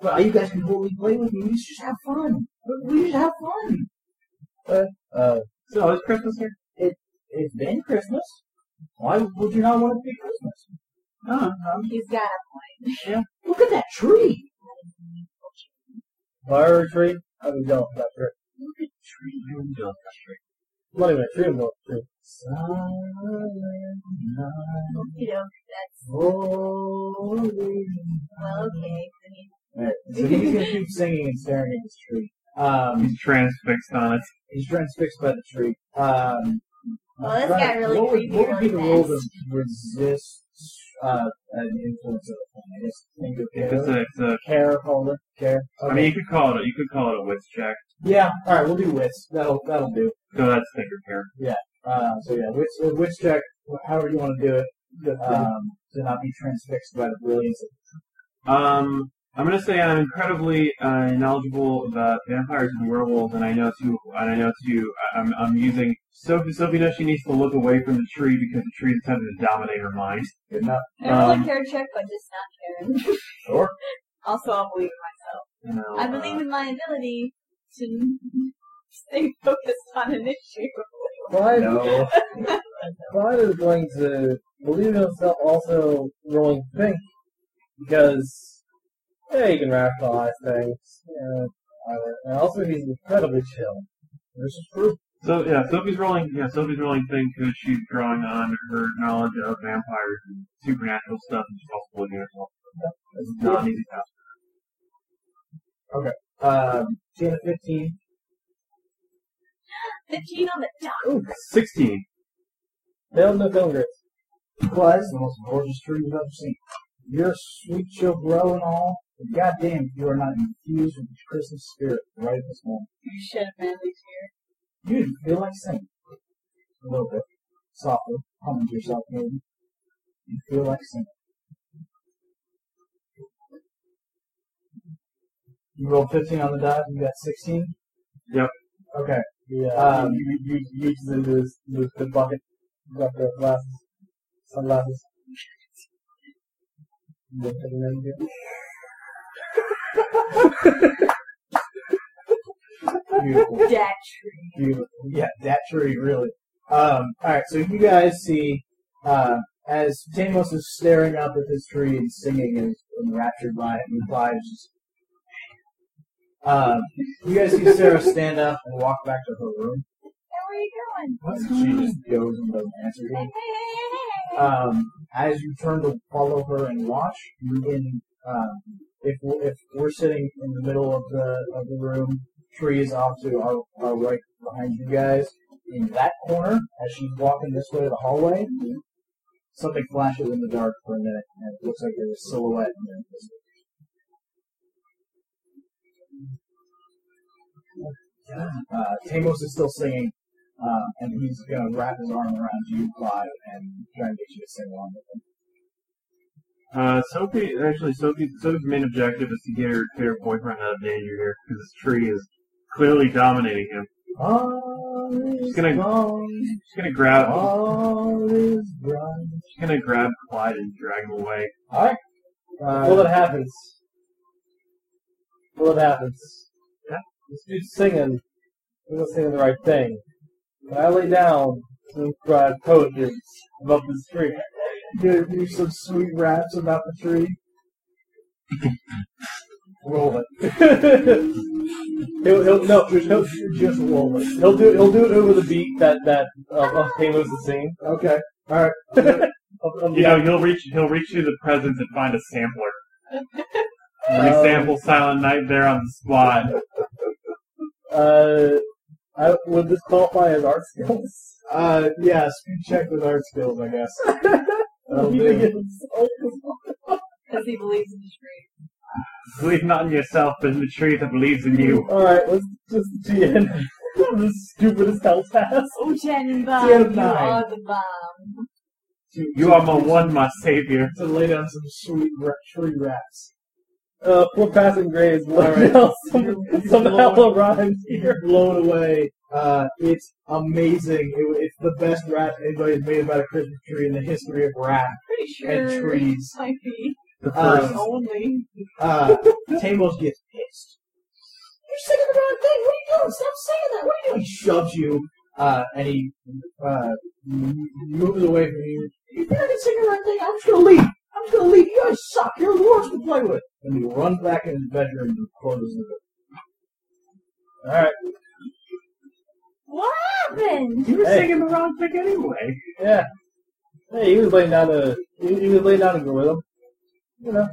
But all you guys can totally play with me. We should just have fun. We- We should have fun. Uh, So, is Christmas here? It's been Christmas. Why would you not want it to be Christmas? Oh, He's got a Look at that tree. fire tree? I was jealous about tree. Look at the tree. Not even a tree, I'm going tree. Silent night, you know. That's holy well okay. I mean, Alright, so he's gonna keep singing and staring at this tree. Um, He's transfixed on it. he's transfixed by the tree. Um, Well, this what- got really what would, creepy What would be the really role to fast. resist uh, an influence of a thing? I guess think of If it's care. a, it's a, Care, hold it. Care. I mean, you could call it, a, you could call it a wits check. yeah. All right, we'll do wits. That'll that'll do. No, that's thicker hair. Uh, so yeah, wits, uh, wits check. wh- However you want to do it. Um, to not be transfixed by the brilliance. of Um, I'm gonna say I'm incredibly uh, knowledgeable about vampires and werewolves, and I know to, and I know to, I- I'm, I'm using Sophie. Sophie knows she needs to look away from the tree because the tree is attempting to dominate her mind. Good enough. I roll Um, a care check, but just not (laughs) caring. Sure. also, I believe in You know, myself. I believe uh, in my ability to (laughs) stay focused on an issue. Clyde, No. Clyde is going to believe in himself also rolling think because yeah, he can rationalize things. Yeah, whatever. and also he's incredibly chill. This is true. so yeah, Sophie's rolling. Yeah, Sophie's rolling thing because she's drawing on her knowledge of vampires and supernatural stuff, and she's also believing herself. That's not an easy task. Um, ten to fifteen. Fifteen on the dot. Sixteen. They don't know film grades. Clyde is the most gorgeous tree you've ever seen. Your sweet shall grow and all, but goddamn, if you are not infused with the Christmas spirit right at this moment. You should have been at least here. You didn't feel like singing. A little bit. Softly. Humming to yourself, maybe. You feel like singing. You rolled 15 on the die, you got 16? Yep. Okay. Yeah, Um, you you you use it as as the bucket, got the glasses, sunglasses. What have you done here? (laughs) Beautiful. Dat tree. Beautiful. Yeah, that tree, really. Um, alright, so you guys see, uh, as Tamos is staring up at this tree and singing and enraptured by it, and Clive's just. Um, you guys see Sarah stand up and walk back to her room. Hey, where are you going? She just goes and doesn't answer Hey, you. hey, Uh, hey, hey, hey, hey. Um, as you turn to follow her and watch, you can, um, if we're, if we're sitting in the middle of the of the room, tree is off to our, our right behind you guys. In that corner, as she's walking this way to the hallway, something flashes in the dark for a minute, and it looks like there's a silhouette. And then it's- uh, Tamos is still singing, um, and he's gonna wrap his arm around you, Clive, and try and get you to sing along with him. Uh, Sophie, actually, Sophie, Sophie's main objective is to get her, get her boyfriend out of danger here because this tree is clearly dominating him. All is He's gonna- gone, She's gonna grab, Oh. all is bright. she's gonna grab Clyde and drag him away. Alright. well, Uh, it happens. Well, it happens. Yeah. This dude's singing. He's not singing the right thing. When I lay down to write poetry above the street, gonna do some sweet raps about the tree. Roll it. he'll, (laughs) he'll no, he'll, just roll it. He'll do he'll do it over the beat that that uh, of, of Taylor's the same. Okay. Alright. Of, of (laughs) You the, know, he'll reach, he'll reach through the presents and find a sampler. Um, Oh. We sample Silent Night there on the (laughs) spot. uh, I, would this qualify as art skills? Uh, yeah, speed check with art skills, I guess. That'll You do. think it's art skills? 'Cause he believes in the tree. Believe not in yourself, but in the tree that believes in you. All right, let's just (laughs) the end. of this stupidest hell task. Oh, Tannenbaum, Ten of you nine. are the bomb. To- You to- are my one, my savior. To lay down some sweet ra- tree raps. Uh, we're passing grades. All right. right, (laughs) some, You- you some blow hell arrives You're here. blown away. Uh, it's amazing. It, it's the best rap anybody's made about a Christmas tree in the history of rap Pretty and sure trees. might be The first. Um, only. (laughs) uh, Tamos gets pissed. You're singing the wrong thing. What are you doing? Stop singing that. What are you doing? He shoves you, uh, and he uh, m- moves away from you. If you're not gonna sing the right thing, I'm just gonna leave. I'm just gonna leave. You guys suck. You're the worst to play with. And he runs back into the bedroom and closes the door. All right, What happened? you were hey. singing the wrong thing anyway. yeah. Hey, he was laying down a he, he was laying down a gorilla. You know,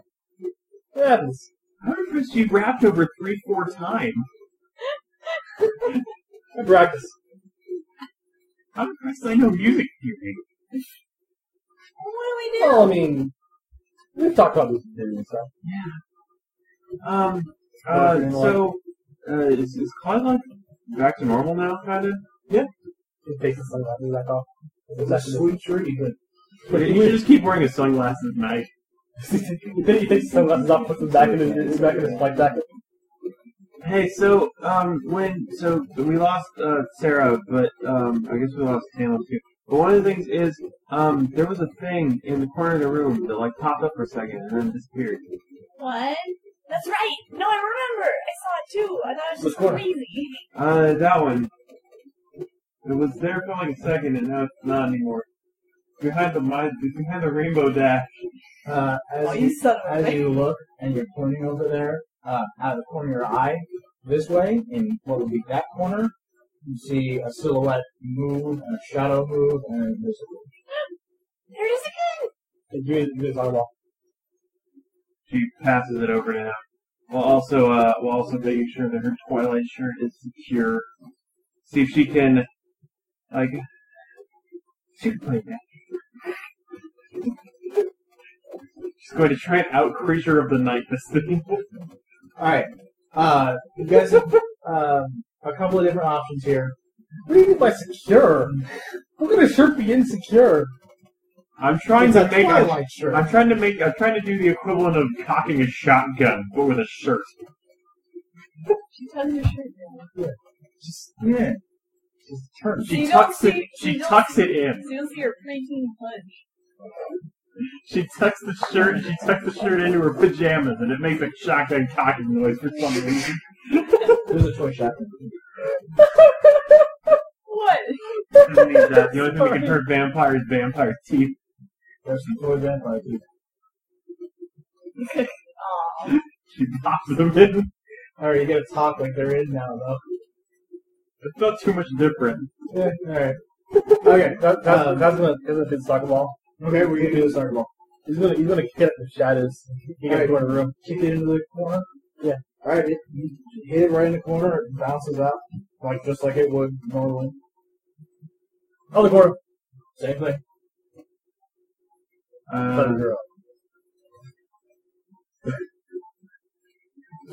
it happens. I wonder if she rapped over three, four times. I practice. I'm impressed I know music theory. What do we do? Well, I mean, we've talked about this (laughs) before and stuff. Um, uh, so, uh, is, is Clyde like back to normal now, kind of? Uh, Just basically sunglasses back off. It's a sweet tree, but You should just keep wearing his sunglasses at night. he takes his sunglasses off, puts them back in his back in his flight jacket. Hey, so, um, when, so, we lost, uh, Sarah, but, um, I guess we lost Taylor too. But one of the things is, um, there was a thing in the corner of the room that, like, popped up for a second and then disappeared. What? That's right. No, I remember. I saw it too. I thought it was Which just corner? crazy. Uh, that one. It was there for like a second and now it's not anymore. Behind the mi- behind the rainbow dash. uh, as Oh, he- you son of a As bitch. you look and you're pointing over there, uh, out of the corner of your eye, this way, in what would be that corner, you see a silhouette move and a shadow move and an invisible. There it is again. Give me, give me his arm off. She passes it over to him. While also uh while also making sure that her twilight shirt is secure. See if she can like she can play that. She's going to try and out creature of the night this thing. (laughs) Alright, uh, you guys (laughs) have, um, a couple of different options here. What do you mean by secure? How could a shirt be insecure? I'm trying It's to a make a twilight shirt. I'm trying to make. I'm trying to do the equivalent of cocking a shotgun, but with a shirt. She tucks her shirt down. Just, yeah, just turn. So She you don't tucks it. see- you She don't tucks see- it in. So you'll see her preteen punch. She tucks the shirt. She tucks the shirt into her pajamas, and it makes a shotgun cocking noise for some reason. There's a toy shop. (laughs) What? Doesn't need that. The only thing that can hurt vampires, vampire teeth. There's some toy vampire people. Aw. She pops them in. Alright, you gotta talk like they're in now, though. It's not too much different. Yeah, alright. Okay, that, that's, Um, that's gonna that's gonna hit soccer ball. Okay, we're gonna do this hardball. He's gonna he's gonna kick it in the shadows. He Alright. gets to a room. Kick it into the corner. Yeah. Alright, you- you hit it right in the corner, it bounces out. Like, just like it would normally. Other corner. Same thing. Uh, Thunder girl.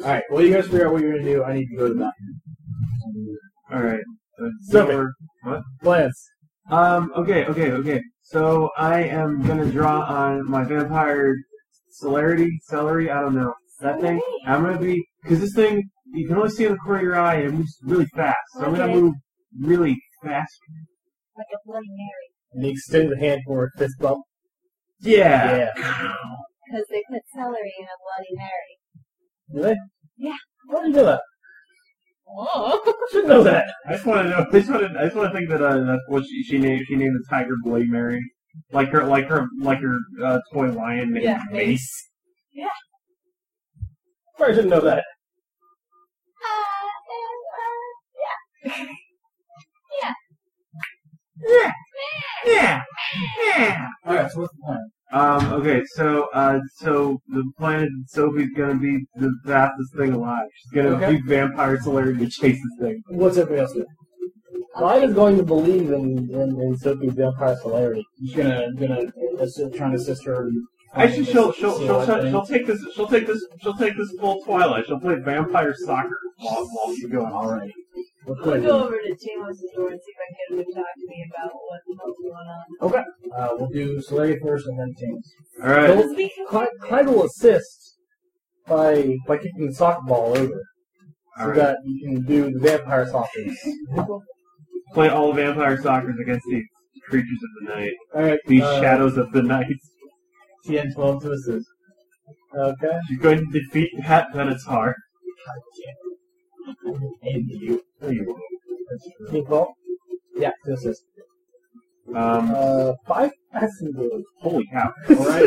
Alright, well, you guys figure out what you're gonna do. I need to go to the bathroom. all right. That's Seven. over. Lance. Um. Okay. Okay. Okay. So I am gonna draw on my vampire celerity, celery. I don't know that thing. I'm gonna be because this thing you can only see in the corner of your eye and it moves really fast. So I'm gonna Okay. move really fast. Like a Bloody Mary. And he extends a hand for a fist bump. Yeah. (laughs) (laughs) Because they put celery in a Bloody Mary. Really? Yeah. How do you know that? Oh. Should know that. I just want to know. I just want to. I just want to think that uh, that's what she, she named. She named the tiger Bloody Mary, like her, like her, like her uh, toy lion named Yeah, Mace. Probably shouldn't know that. Ah, Yeah, yeah, yeah. Alright, so what's the plan? Um. Okay. So, uh, so the plan is that Sophie's gonna be the fastest thing alive. She's gonna Okay. be vampire celerity to chase this thing. What's everybody else doing? Lion is going to believe in in, in Sophie's vampire celerity. Just gonna, gonna, assist, trying to assist her. and- Actually, she'll she'll See she'll what she'll, thing- she'll take this she'll take this she'll take this full Twilight. She'll play vampire soccer while while she's going. All right. What do I I'll do? go over to James's door and see if I can get him to talk to me about what the hell's Okay. going on. Uh, we'll do Solari first and then James. All right. Don't- Clyde, Clyde will assist by by kicking the soccer ball over so All right. that you can do the vampire (laughs) saucers. play all vampire soccers against these creatures of the night, Alright, these uh, shadows of the night. TN 12 to assist. okay. She's going to defeat Pat Benatar. And you. No, you won't. King Paul. Yeah, to assist. Um, Uh, five passengers. holy cow! All right.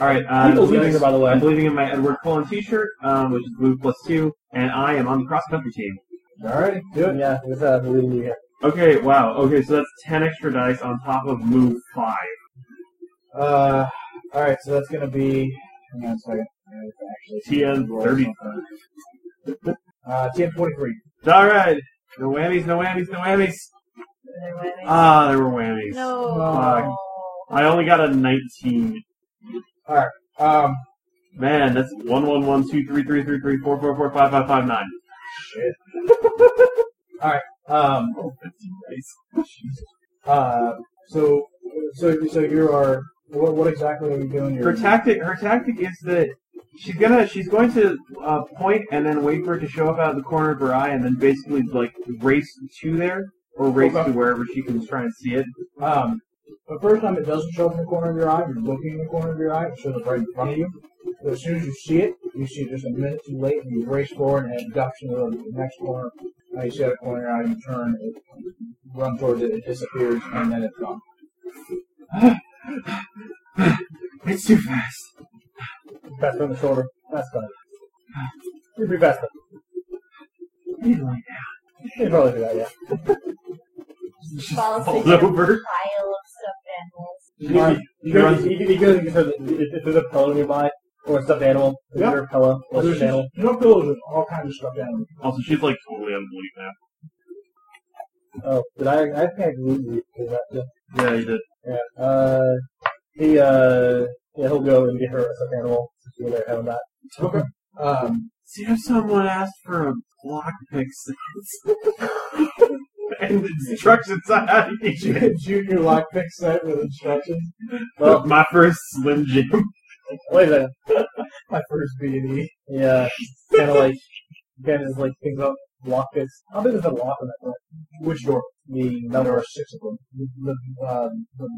All right, uh, I'm, People's leaving, leaving, by the way. I'm leaving in my Edward Cullen T-shirt, um, which is blue plus two, and I am on the cross country team. Alright, do it. Yeah, because I'm leaving you here. Okay, wow. Okay, so that's ten extra dice on top of move five. Uh, alright, so that's gonna be. Hang on a second. I have to actually- TN 30. Uh, TN 23. All right, no whammies, no whammies, no whammies. Ah, there were whammies. No. I only got a 19. Um, Man, that's one one one two three three three three four four four five five five nine. um, uh, so, so, so you are. What, what exactly are you doing? Her You're- tactic, her tactic is that she's gonna, she's going to uh, point and then wait for it to show up out of the corner of her eye, and then basically like race to there or race Okay. to wherever she can try and see it. Um, the first time it doesn't show up in the corner of your eye, you're looking in the corner of your eye, it shows up right in front of you. But as soon as you see it, you see it just a minute too late, and you race forward and it ducks into the next corner. Now you see out of the corner of your eye, you turn, it, run towards it, it disappears, and then it's gone. (sighs) It's too fast. Fast on the shoulder. That's fine. You're pretty fast. I need to lie You can probably do that, yeah. down. She Fall falls asleep. over. Pile of stuffed animals. You All right. can, you can, you can, you can, you can, if if there's a pillow nearby, or a stuffed animal, if Yeah. there's a pillow, or a There's stuffed animal. just- you know, pillows with all kinds of stuff down them. Also, she's like totally on the bleep now. Oh, did I, I think I lose you. Is that the- Yeah, you did. Yeah. Uh, he uh, yeah, he'll go and get her a stuffed animal. since You're there having that. Okay. Um, (laughs) See if someone asked for a block pick sense. (laughs) and the instructions on how to get you. junior lock pick set with instructions. Well, my first Slim Jim. wait a second. (laughs) My first B and E. (laughs) Yeah, kind of like, kind of like thinks about lock this. How big is the lock on that door? Which door? The No, metal there door. are six of them. The, the, um, the,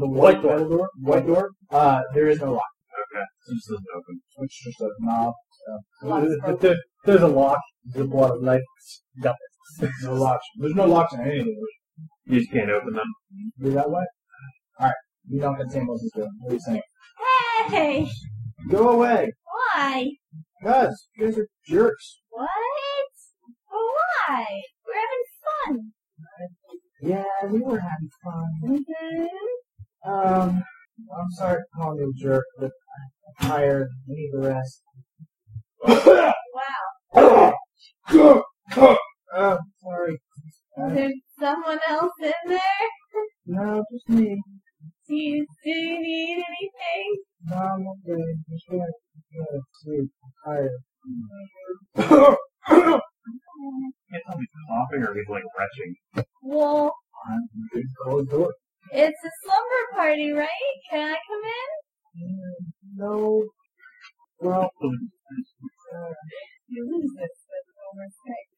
the White white door. metal door? White door? Uh, there is no lock. Okay. So just doesn't open. It's just a knob. Lock's If broken. there- if there's a lock. There's a lot of light. There's no locks. There's no locks in any of those. You just can't open them. Be that way? Alright. You don't understand what he's doing. What are you saying? Hey, Go away! why? Guys, you guys are jerks. What? Why? We're having Yeah, we were having fun. fun. Mm-hmm. Um, I'm sorry for calling you a jerk, but I'm tired. I need the rest. Wow. Oh, sorry. Is there someone else in there? No, just me. Do you, do you need anything? No, I'm okay. Just gonna go to sleep. I'm tired. (laughs) Can't tell if he's coughing or if he's like retching. Well, Close the door. it's a slumber party, right? Can I come in? No. Well, Uh, You lose this, but no respect.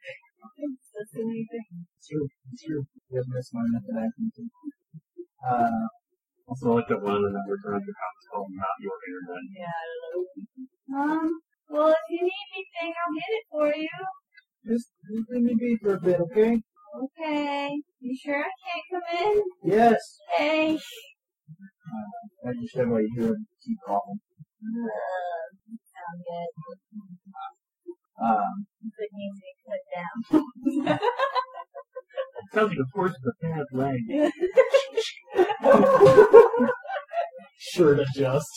That's anything. it's your, it's your business one that I can do. Uh, Also, I like that one of the numbers around your house is called not your internet. Yeah, I don't know. Um, well, if you need anything, I'll get it for you. just, just let me be for a bit, okay? Okay. You sure I can't come in? Yes. Hey. I understand why you hear him keep coughing. Uh, sound good. Um, Good music put down. Sounds like a horse with a bad leg. sure to just.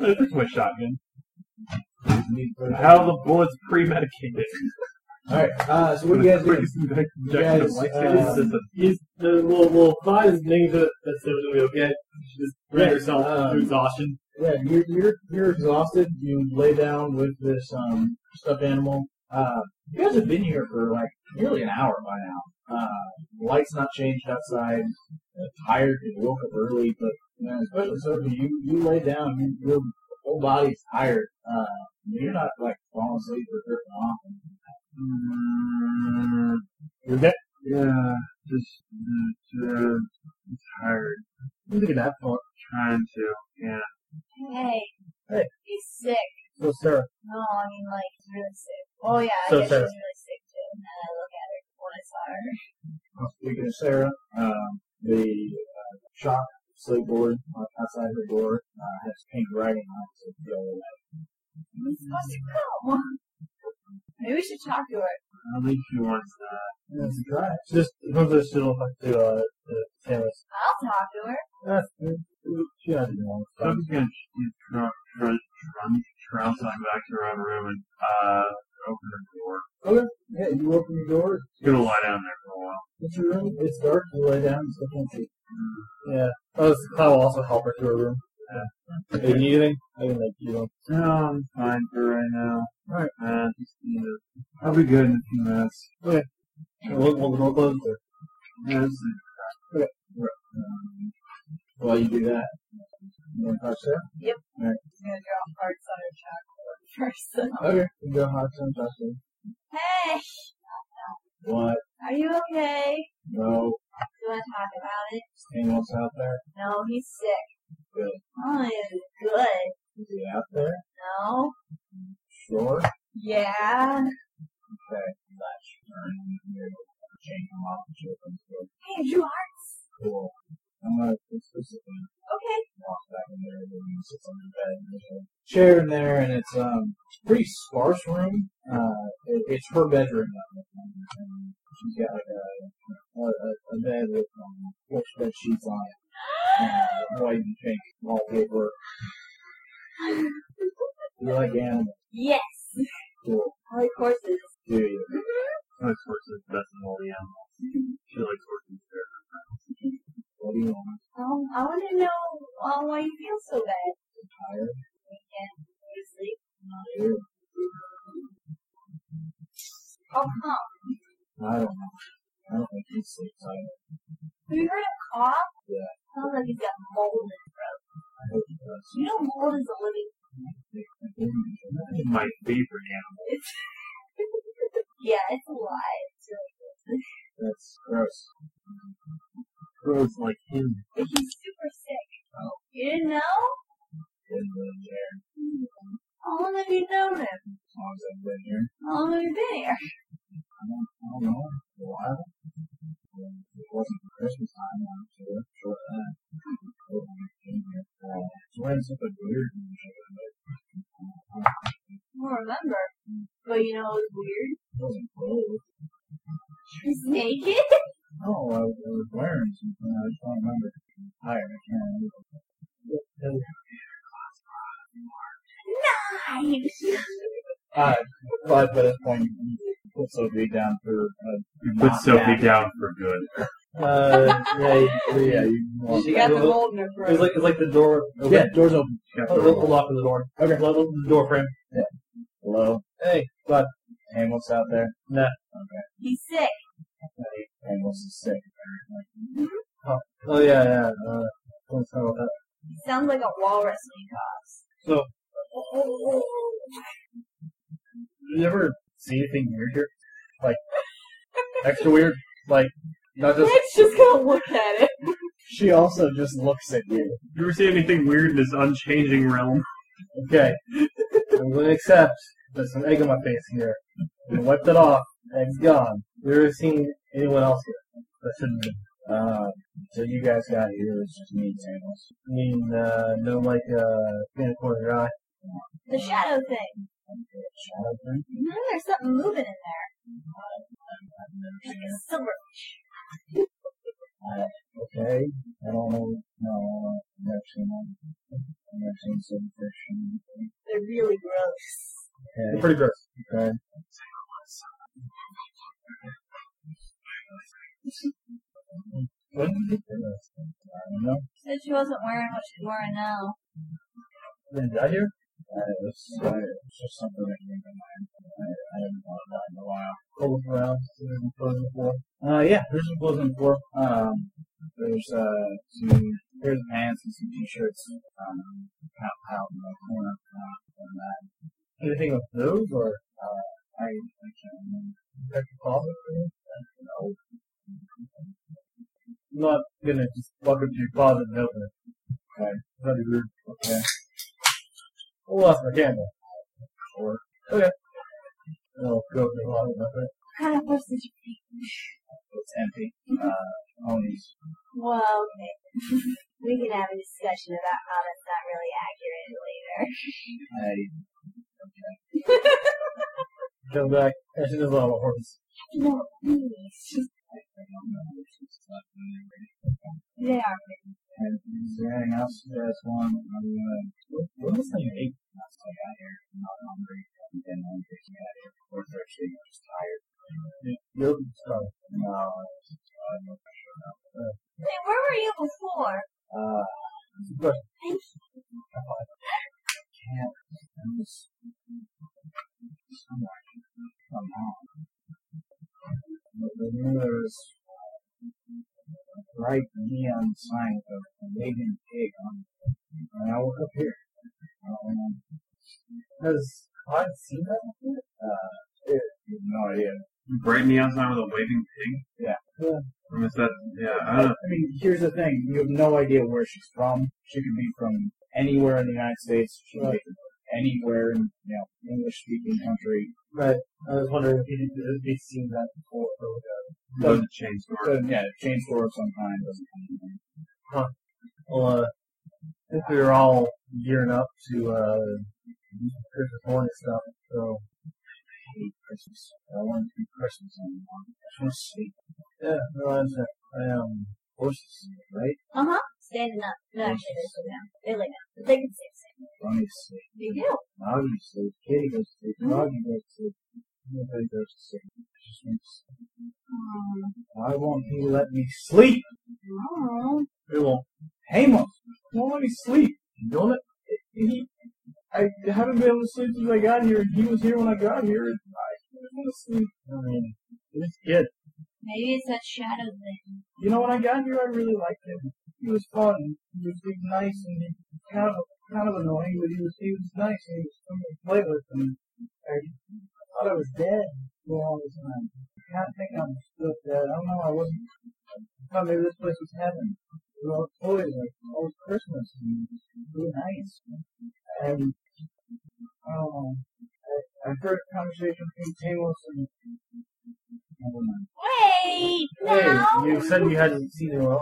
That's my shotgun. Need for that. How the bullets premedicated. Alright, uh, so what do you guys do? Crazy (laughs) injection of guys, lightsaber uh, system. He's, the, we'll, we'll find his name to that's gonna be okay. Just bring Yeah, yourself um, uh, to exhaustion. Yeah, you're, you're, you're exhausted. You lay down with this, um, stuffed animal. Uh, you guys have been here for like nearly an hour by now. Uh, lights not changed outside. Uh, tired because you woke up early, but you know, especially so for you, you lay down, you, your whole body's tired. Uh, you're not like falling asleep or drifting off. Mm, You're dead. yeah, just, uh, just I'm tired. You can have fun. Trying to. Yeah. Hey. Hey. He's sick. So, Sarah. No, I mean, like, he's really sick. Oh, yeah, I So guess Sarah. she's really sick, too. And I look at her when I saw her. Speaking of Sarah, um, the uh, chalk slate board uh, outside her door uh, has pink writing on it. So it's yellow. I'm supposed to go. (laughs) Maybe we should talk to her. I don't think she wants that. That's a try. Just, comes to still like to, uh, the cameras. I'll talk to her. uh, That's, she has to know. So Um, I'm just gonna she's tr- tr- tr- trounce on back to her own room and, uh, open her door. Yeah, you open your door, She's gonna lie down there for a while. it's your room, it's dark, you lay down, it's the country. Yeah. Oh, so Kyle will also help her to her room. Yeah. Hey, you need anything? I can like you. know. No, I'm fine for right now. Alright. Uh, just need to, I'll be good in a few minutes. We'll, we'll, we'll close the door. Yeah, this is- While you do that, you want to touch that? I'm gonna draw hearts on her (laughs) chalkboard first. Okay. You go hot and touch it. hey, What? are you okay? No. Do you want to talk about it? Is anyone else out there? No, he's sick. Good. Oh, is good. Is he out there? No. Sure. Yeah. Okay. That's turn. You're chain them off and show them to you. Hey, I drew hearts. Cool. I'm gonna explicitly Okay. walk back in there and then sits on the bed. and There's a chair in there and it's um it's a pretty sparse room. Uh, it, it's her bedroom though. And she's got like a a, a, a bed with um, which bed sheets on it, and white and pink wallpaper. You like animals? Yes. Cool. I like horses. Do you? Mm-hmm. I like horses best of all the animals. She likes horses better. What do you want? Um, I want to know uh, why you feel so bad. Tired? We can't go to sleep. Tired? Oh, come. I don't know. I don't think he sleeps either. Have you heard of cough? Yeah. Sounds like he's got mold in his throat. I hope he does. You know mold is a living (laughs) I think- I think he should. My favorite animal. It's Yeah, it's alive. It's really That's gross. Grows like him. But he's super sick. You didn't know? Oh. Didn't really care How long have you known him? as long as I've been here. How long have you been here? I don't, I don't know. A while. It wasn't Christmas time. I'm sure. Sure of that. But when I came here, uh, it's wearing something weird. and I was like, I don't remember. But you know what was weird? It wasn't clothes. He was naked? (laughs) No, I was, I was wearing something. I just don't remember. Tired. I can't remember. Nice! Uh, but by this point, you put Sophie down for uh, You put Sophie down for good. Uh, yeah, you- yeah. yeah. You, well, She got the gold in her It's like it's like the door. Open. yeah, doors open. Oh, we'll, we'll lock the door. Okay, we'll open the door frame. Hello, Hey, bud. Amos out there. He's sick. Hey, Amos is sick. Oh yeah, yeah. Uh, let's talk about that. He sounds like a walrus when he coughs. So, you ever see anything weird here? Like extra weird? Like not just Nick's just gonna look at it. She also just looks at you. You ever see anything weird in this unchanging realm? okay. I'm gonna accept. There's some egg on my face here. I wiped it off. Egg's gone. We ever seen anyone else here? That shouldn't be. Uh, so you guys got here. It's just me, and Amos. I mean, uh, no like uh, in the corner of your eye. The shadow thing. Shadow thing. Mm, there's something moving in there. I've never Like seen a silver. it. Okay. I don't know. No, I don't- I've never seen one. I've never seen silverfish. and- They're really gross. They're Okay. pretty gross. Okay. When did you get this? I don't know. Said she wasn't wearing what she's wearing now. Did I hear? Uh, it was, uh, it was just something that came to mind. I, I haven't thought about it in a while. Hold around. see if I'm closing the door. Uh, yeah, there's some clothes on the floor. Um, there's, uh, some pairs of pants and some t-shirts, um, out, out in the corner, uh, and that. Anything with those or uh, I, I can't remember. check the closet? No. I'm not gonna just walk up to your closet and open it. Okay. That'd be weird. Okay. I lost my candle. Sure. Okay. I'll go to the closet. okay. What kind of horse did you think? It's empty. Uh, Oni's. Well, okay. (laughs) we can have a discussion about how that's not really accurate later. I, Come back. And she doesn't have a horse. No, please. I don't know which is left in there. They are. And is there anything else you guys want? I'm gonna, what, what was thing you ate last time I got here? I'm not hungry. I haven't been hungry since I got here. Or thirsty. I'm just tired. You open the closet. No, I'm not sure now. Hey, where were you before? Uh, It's a question. Thank can't. I'm just somewhere. Somehow. But I knew there was a bright neon sign of a waving pig on it. And I woke up here. I don't know. Has Clyde seen that before? I have no idea. Bright neon sign with a waving pig? Yeah. Yeah. I miss that. Yeah, I don't know. I mean, here's the thing. You have no idea where she's from. She could be from anywhere in the United States. She could be from anywhere in, you know, English-speaking country. Right. I was wondering if he'd, if he'd seen that before. Or whatever. Doesn't change the So, yeah, chain store of some kind doesn't anything. Well, uh, I think we were all gearing up to, uh, Christmas morning stuff, so. I hate Christmas. I want to do Christmas anymore. I just want to sleep. Yeah, no, I uh, understand. I, um, Horses, right? Uh huh. Standing up. No, actually, they're sitting down. They lay down. But they can stay sitting. Bunny sleep. They do. Moggy sleep. Kitty goes to sleep. Doggy goes to sleep. Nobody goes to sleep. I just want to sleep. Why won't he let me sleep? Oh. we won't. Hamos, won't let me sleep. You doing it? He, I haven't been able to sleep since I got here, and he was here when I got here. And I just want to sleep. I mean, this kid. Maybe it's that shadow thing. You know, when I got here, I really liked him. He was fun. He was big, nice, and he kind of kind of annoying, but he was he was nice and he was fun to play with. And I thought I was dead. all the time. I can't think I understood that. I don't know, I wasn't, I thought maybe this place was heaven. We were all toys, like, all Christmas, and really nice. And, I don't know, I, I heard a conversation between Talos and, never mind. Wait! Now! you said you hadn't seen him out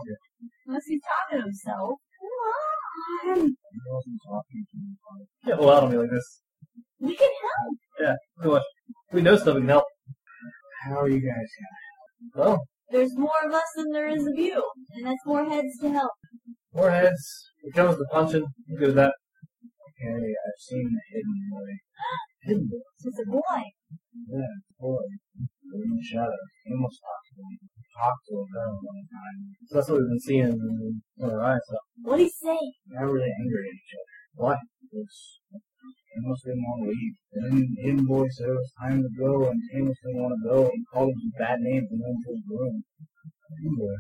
Unless he's talking to himself. Come on! He wasn't talking to me. Can't hold out on me like this. We can help! We know stuff we can help. How are you guys? Well, There's more of us than there is of you, and that's more heads to help. more heads. It comes to punching. I'm good at that. Okay, I've seen the hidden boy. Hidden boy? So it's a boy. Yeah, boy. They're in the shadows. He almost talked to me. He talked to a girl one time. So that's what we've been seeing in our eyes. So. What'd he say? They got really angry at each other. Why? Because they must didn't want to leave. And then Hidden Boy said it was time to go, and Amos didn't want to go, and called him some bad names and went to his room. Hidden Boy.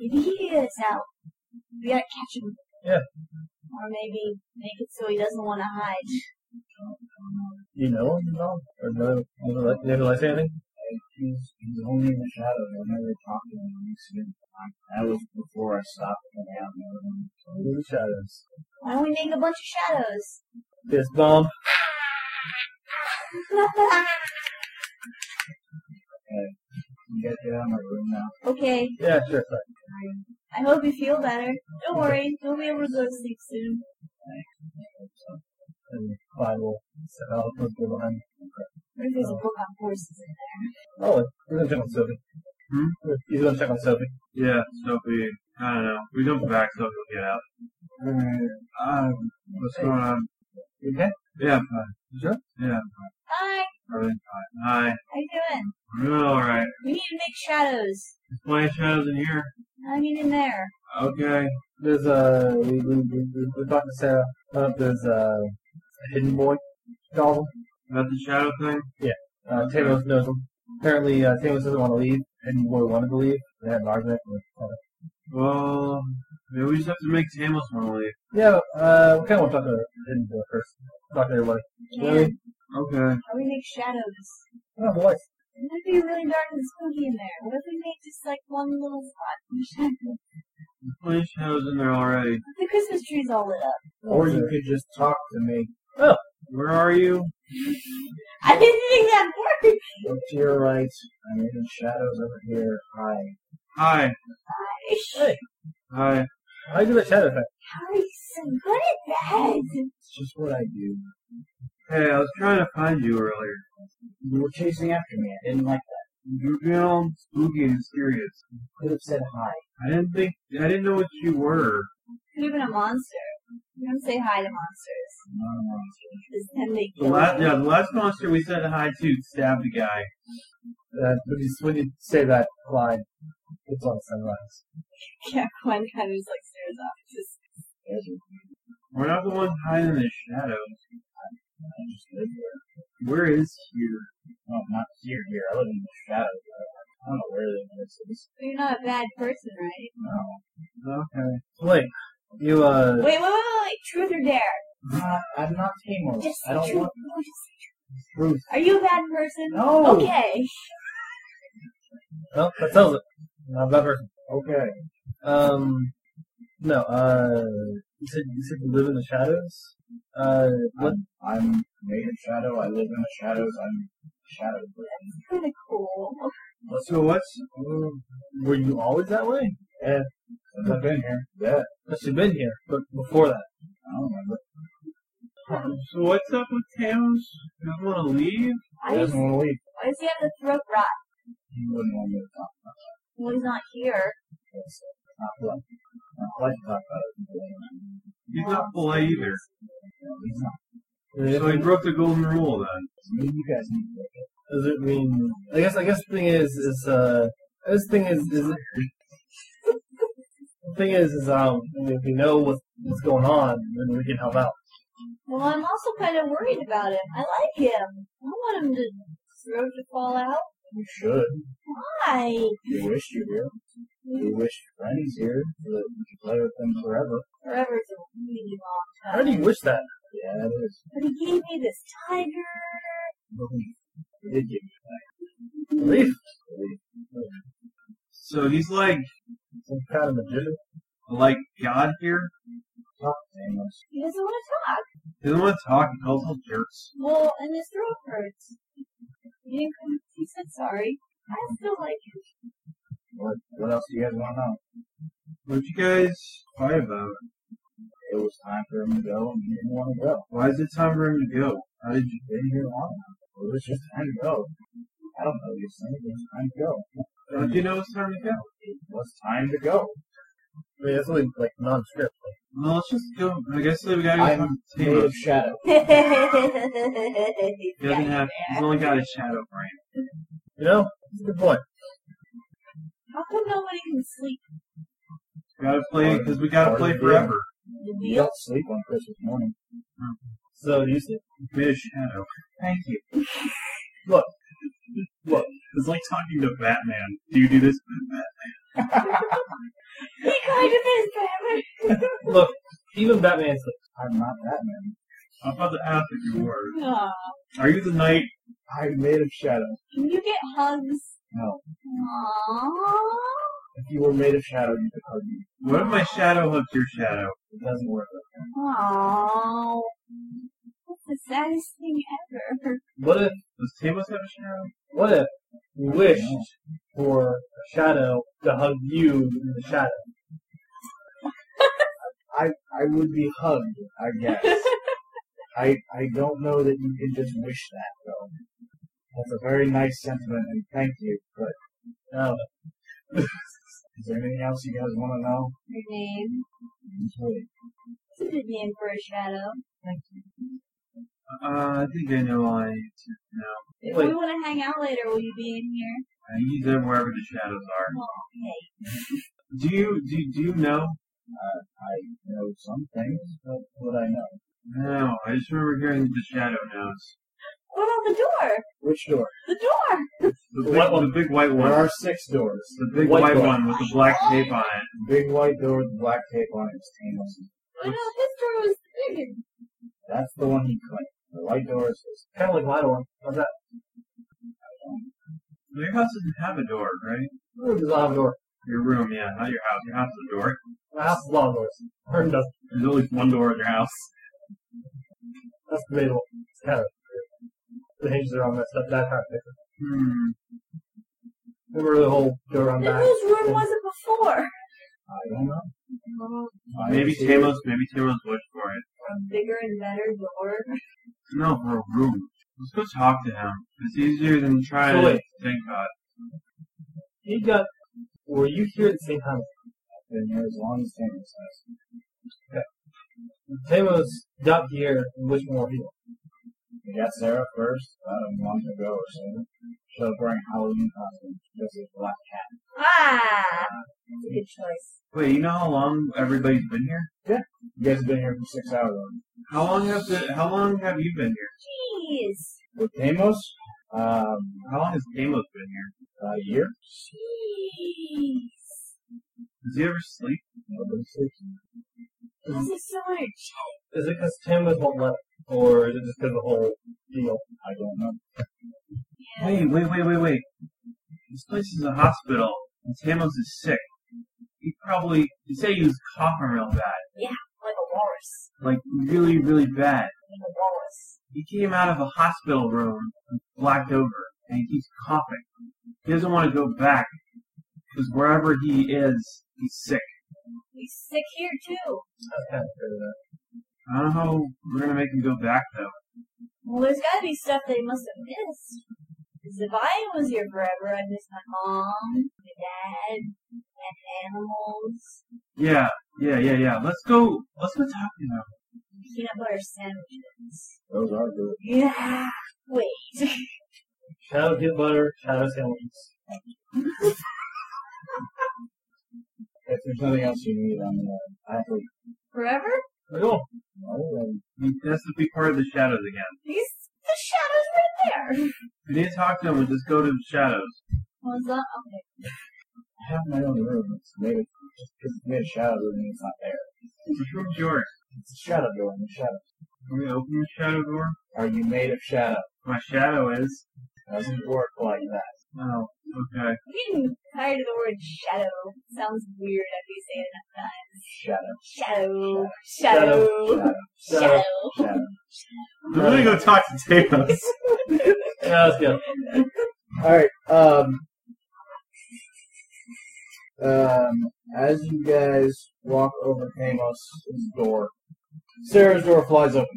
Maybe he can get us out. We gotta catch him. Yeah. Or maybe make it so he doesn't want to hide. You know him, Tom? Or no? You know, like, never like anything? He's, he's only in the shadows. I never talked to him when he That was before I stopped coming out and everything. In the shadows. Why don't we make a bunch of shadows? Fist bump. You guys get out of my room now. (laughs) okay. Yeah, sure. I hope you feel better. Don't worry. You'll be able to go to sleep soon. And I will set out the door behind. What if there's a book on horses in there? Oh, we're gonna check on Sophie. Hmm? He's gonna check on Sophie. Yeah, Sophie. I don't know. We jump back, Sophie will get out. Alright. Um, what's going on? Uh, You okay? Yeah, I'm fine. Sure? Yeah, Hi. I'm really fine. Hi. How you doing? Really alright. We need to make shadows. Plenty of shadows in here. I mean in there. Okay. There's uh, we we we, we- we talked to Sarah. Uh, there's uh, a hidden boy. Calls him. About the shadow thing? Uh, Tamos knows him. Apparently, uh, Tamos doesn't want to leave, and boy wanted to leave. They had an argument. With, uh, Well, maybe we just have to make Tamus want to leave. yeah, uh, we kind of want to talk to the hidden boy first. Talk to everybody. And Okay. how we make shadows? Oh boy. It would be really dark and spooky in there. What if we make just like one little spot (laughs) for shadows? There's plenty of shadows in there already. The Christmas tree's all lit up. Or you could just talk to me. Where are you? I didn't think that worked. Look to your right. I'm in the shadows over here. Hi. Hi. Hi. How do you do the shadow thing? How are you so good at that? It's just what I do. Hey, I was trying to find you earlier. You were chasing after me. I didn't like that. You were being all spooky and mysterious. Could have said hi. I didn't think, I didn't know what you were. Could have been a monster. You don't say hi to monsters. Not a monster. Because then they The kill last, you. yeah, the last monster we said hi to stabbed a guy. Uh, when, you, when you say that line, it's on sunrise. (laughs) Yeah, one kind of just like stares off. Just We're not the ones hiding in the shadows. I just live here. Where is here? No, not here, here. I live in the shadows. I don't know where this is. But you're not a bad person, right? No. Okay. Blake, you uh, Wait, wait, wait, wait, wait. Truth or dare? I'm not, I'm not Tamer. Just I don't truth. want No, just truth. Are you a bad person? No. Okay. well, that tells it. Not a bad person. Okay. Um, no. Uh, you said you said you live in the shadows. Uh, what? I'm made of shadow. I live in the shadows. I'm shadow. Kind of cool. So what's, Were you always that way? Since I've been here. Yeah. Must have been here, but before that. I don't remember. so what's up with Tails? You guys want to leave? Why He does, doesn't want to leave. why does he have the throat rot? He wouldn't want me to talk about Well, he's not here. this. Not polite. Not polite to talk about it. He's not polite either. No, he's not. So he broke the golden rule then. It's me. You guys need to look at Does it mean? I guess. I guess the thing is, is uh, this thing is, is the thing is, is um, if we know what's what's going on, then we can help out. Well, I'm also kind of worried about him. I like him. I don't want him to throat to fall out. You should. Why? You wish you were. You wish Freddy's here so that you could play with them forever. Forever's a really long time. How do you wish that? Yeah, it is. But he gave me this tiger. Believe. It did give you Leaf. So he's like, Some kind of magician. like God here. Oh, dang it. He doesn't want to talk. He doesn't want to talk. He calls all jerks. Well, and his throat hurts. He, didn't come- he said sorry. I still like him. What, what else do you guys want to know? What'd you guys fight about? It was time for him to go, and he didn't want to go. Why is it time for him to go? How did you? He's been here long enough. It was just time to go. I don't know these things. It was time to go. How did Uh, you know it's time to go? It was time to go. I mean, that's really like non-script. Well, let's just go. I guess we gotta go I'm talk to Made Timo. of shadow. He doesn't have. He's only got a shadow brain. You know, it's a good point. How come nobody can sleep? Gotta play because we gotta play forever. The You deal? don't sleep on Christmas morning. So do you see? Made a shadow. Thank you. Look. Look. It's like talking to Batman. Do you do this? He kind of is Batman. Look, even Batman sleeps. I'm not that man. I'm about to ask if you were. Aw. Are you the knight? I'm made of shadow. Can you get hugs? No. Aww. If you were made of shadow, you could hug me. What if my shadow hugs your shadow? It doesn't work. Aww. That's the saddest thing ever. What if? Does Tamos have a shadow? What if you wished for a shadow to hug you in the shadow? I would be hugged, I (laughs) guess. I I don't know that you can just wish that though. That's a very nice sentiment, and thank you. But No. (laughs) is there anything else you guys want to know? Her name. Wait, It's a good name for a shadow. Uh, I think I know all I need to know. If Wait. we want to hang out later, will you be in here? I think he's there wherever the shadows are. Well, okay. Do you do you, do you know? Uh, I know some things, but what I know? No, I just remember hearing the shadow knows. What about the door? Which door? The door! The The big, white the big white There one. are six doors. The big white white, one. one with the black tape on it. The big white door with the black tape on it is Tamos. What about his door was bigger? That's the one he claimed. The white door is his. Kind of like my one. How's that? Your house doesn't have a door, right? Room does not have a door. Your room, yeah, not your house. Your house has a door. My house is a lot of doors. (laughs) Hers doesn't. There's at least one door in your house. That's debatable. It's kind of the hinges are all messed up. That kind of thing. Hmm. Remember the whole go around Then back? whose room was it before? I don't know. I Maybe see Tamos, maybe Tamos wished for it. A bigger and better door. No, for a room. Let's go talk to him. It's easier than trying So to wait. think about You got. Were you here at the same time? I've been here as long as Tamos has. Tamos got here and wished more people. We got Sarah first about a month ago or so. She was wearing Halloween costume. She was a black cat. Ah! That's a good choice. it. Wait, you know how long everybody's been here? You guys have been here for six hours. already. How long have the, how long have you been here? Jeez! With Tamos, um, How long has Tamos been here? a year. Jeez! Does he ever sleep? Nobody sleeps. This is so energetic. Is it because Tamos won't let, or is it just because of the whole deal? I don't know. Hey, wait, wait, wait, wait. This place is a hospital, and Tamos is sick. He probably, he said he was coughing real bad. Like a walrus. Like, really, really bad. Like a walrus. He came out of a hospital room and blacked over, and he keeps coughing. He doesn't want to go back, because wherever he is, he's sick. He's sick here too. I don't know how we're gonna make him go back though. Well, there's gotta be stuff that he must have missed. 'Cause if I was here forever, I'd miss my mom, my dad, and animals, Yeah, yeah, yeah, yeah. Let's go. Let's go talk to him. peanut butter sandwiches. Those are good. Yeah. Wait. Shadow peanut butter, shadow sandwiches. If there's nothing else you need, I'm uh, athlete. Forever? Cool. No, um, I mean, That's to be part of the shadows again. He's the shadow's right there. If you need to talk to him, we just go to the shadows. What was that? Okay. I have my own room. It's made of, just 'cause it's made of shadow doesn't mean it's not there. Which room's yours? It's a shadow door in the shadow. Can we open the shadow door? Are you made of shadow? My shadow is. Doesn't work like that. Oh, okay. I'm getting tired of the word shadow. Sounds weird after you say it enough times. Shadow. Shadow. Shadow. Shadow. Shadow. I'm gonna go talk to (laughs) Talos. Yeah, let's go. Alright, um, um, as you guys walk over Amos' door, Sarah's door flies open.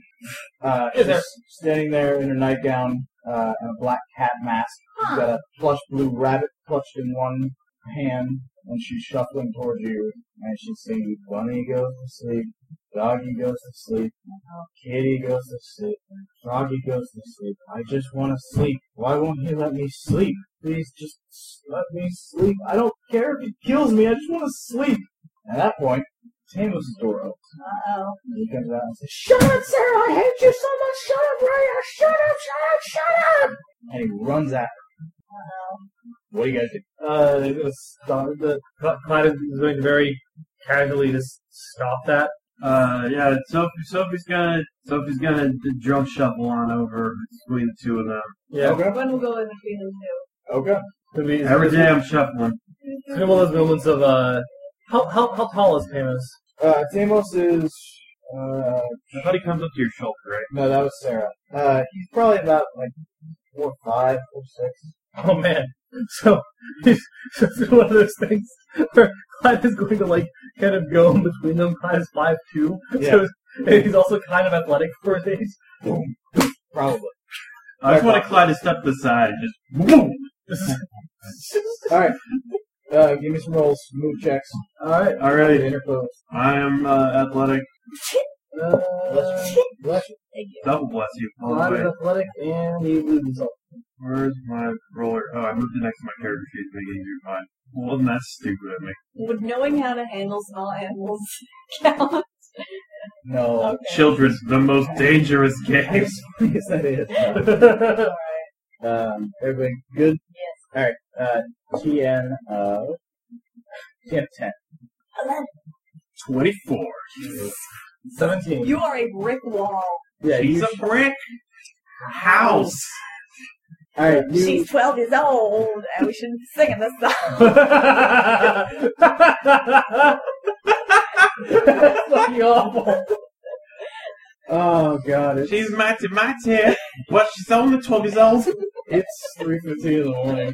Uh, Hey she's there. standing there in her nightgown uh, and a black cat mask. She's got a plush blue rabbit clutched in one hand, and she's shuffling towards you, and she's singing, Bunny goes to sleep, Doggy goes to sleep, Kitty goes to sleep, Froggy goes to sleep. I just want to sleep. Why won't he let me sleep? Please just let me sleep. I don't care if he kills me. I just want to sleep. At that point, Tamos' door opens. Uh-oh. He comes out and says, Shut up, Sarah! I hate you so much! Shut up, Raya! Shut up, shut up, shut up! And he runs after her. What do you guys do? Uh, it was stop- the Cl- Clyde is going to very casually just stop that. Uh, yeah, Sophie, Sophie's gonna, Sophie's gonna d- drum shuffle on over between the two of them. Yeah. Okay. One will go in between them two. Okay. It'd be- Every day I'm shuffling. It's been one of those moments of, uh, how, how, how tall is Pamos? Uh, Tamos is, uh, I thought he comes up to your shoulder, right? no, that was Sarah. Uh, he's probably about, like, four, five, four, six. (laughs) (laughs) Oh man. So, it's just one of those things where Clyde is going to like kind of go in between them. Clyde is 5'2, Yeah. so and he's also kind of athletic for his age. Probably. I just want to Clyde to step to the side and just, (laughs) boom! Alright. Uh, give me some rolls, move checks, Alright. Alright, interpose. I am, uh, athletic. Uh, Bless Bless you. (laughs) Thank you. Double bless you. All the Clyde is way. athletic and he loses all. Where's my roller? Oh, I moved it next to my character sheet to make it easier to find. Wasn't that stupid of me? Would knowing how to handle small animals (laughs) count? (laughs) No. Okay. Children's the most dangerous games. yes, that (laughs) is. Alright. Um, everybody good? Yes. Uh, TN of TN 10. Eleven. 24. 17. You are a brick wall. Yeah, She's you, a brick (laughs) house. all right, you, She's 12 years old, and we shouldn't be singing this song. That's fucking awful. (laughs) oh god, it's, She's mighty, mighty. Well, she's only 12 years old. it's 3.15 in the morning.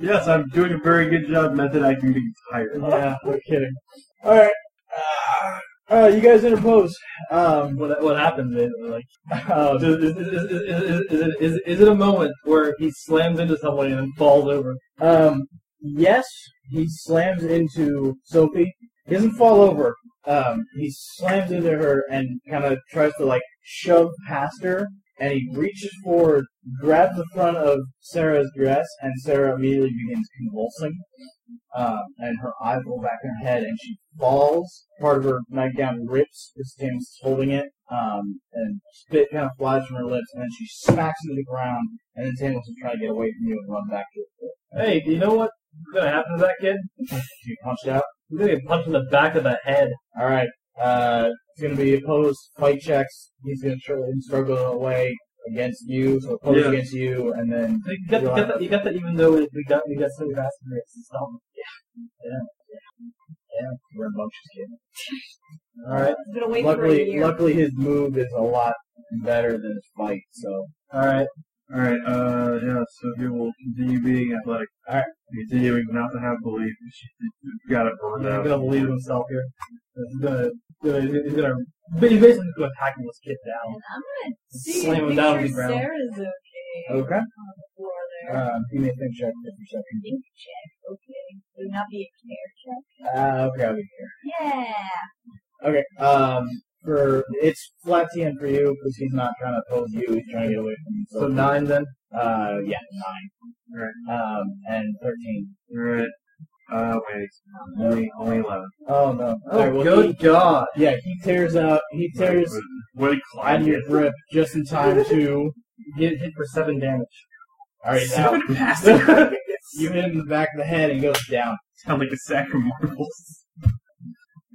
Yes, I'm doing a very good job, method. I can be tired. Yeah, no kidding. All right, uh, you guys interpose. Um, What, what happens is, like, (laughs) is, is, is, is, is, it- is, is it a moment where he slams into someone and then falls over? um, yes, he slams into Sophie. He doesn't fall over. Um, he slams into her and kind of tries to like shove past her, and he reaches forward, grabs the front of Sarah's dress, and Sarah immediately begins convulsing. Um, and her eyes roll back in her head, and she falls. Part of her nightgown rips because James is holding it, um, and spit kind of flies from her lips, and then she smacks into the ground. And then Samuels will try to get away from you and run back to the Hey, do you know what's gonna happen to that kid? She punched out. He's gonna get punched in the back of the head. All right. Uh, it's gonna be opposed fight checks. He's gonna tr- struggle away against you, so opposed Yeah. against you, and then You got, you got that, you got that even though we got, we got so fast and it's just dumb. rambunctious kid. (laughs) Alright, I've been waiting for a Luckily, year. luckily his move is a lot better than his fight. So alright. Alright, uh, yeah, so he will continue being athletic. Alright. Continuing not to have belief. She's got it burned He's out. gonna believe himself here. He's gonna, gonna, he's gonna, but he's basically gonna attack this kid down. And I'm gonna see Slam if him down to the picture ground. Sarah's okay okay. on the floor there. Um, you may think check for perception. Ink check, okay. Would not be a care check. Ah, okay, I'll be here. Yeah. Okay. Um, for it's flat TN for you because he's not trying to oppose you. He's trying to get away from you. So nine then? Uh, yeah, nine. Um, and thirteen. Alright. Uh, wait. Only, only 11. Oh no! Oh, Alright, well, good he- god. yeah, he tears out. He tears What did out Clyde of get? your grip just in time to. Get hit for seven damage. All right, now (laughs) Seven (laughs) passes. you hit him in the back of the head and he goes down. Sound like a sack of (laughs) marbles.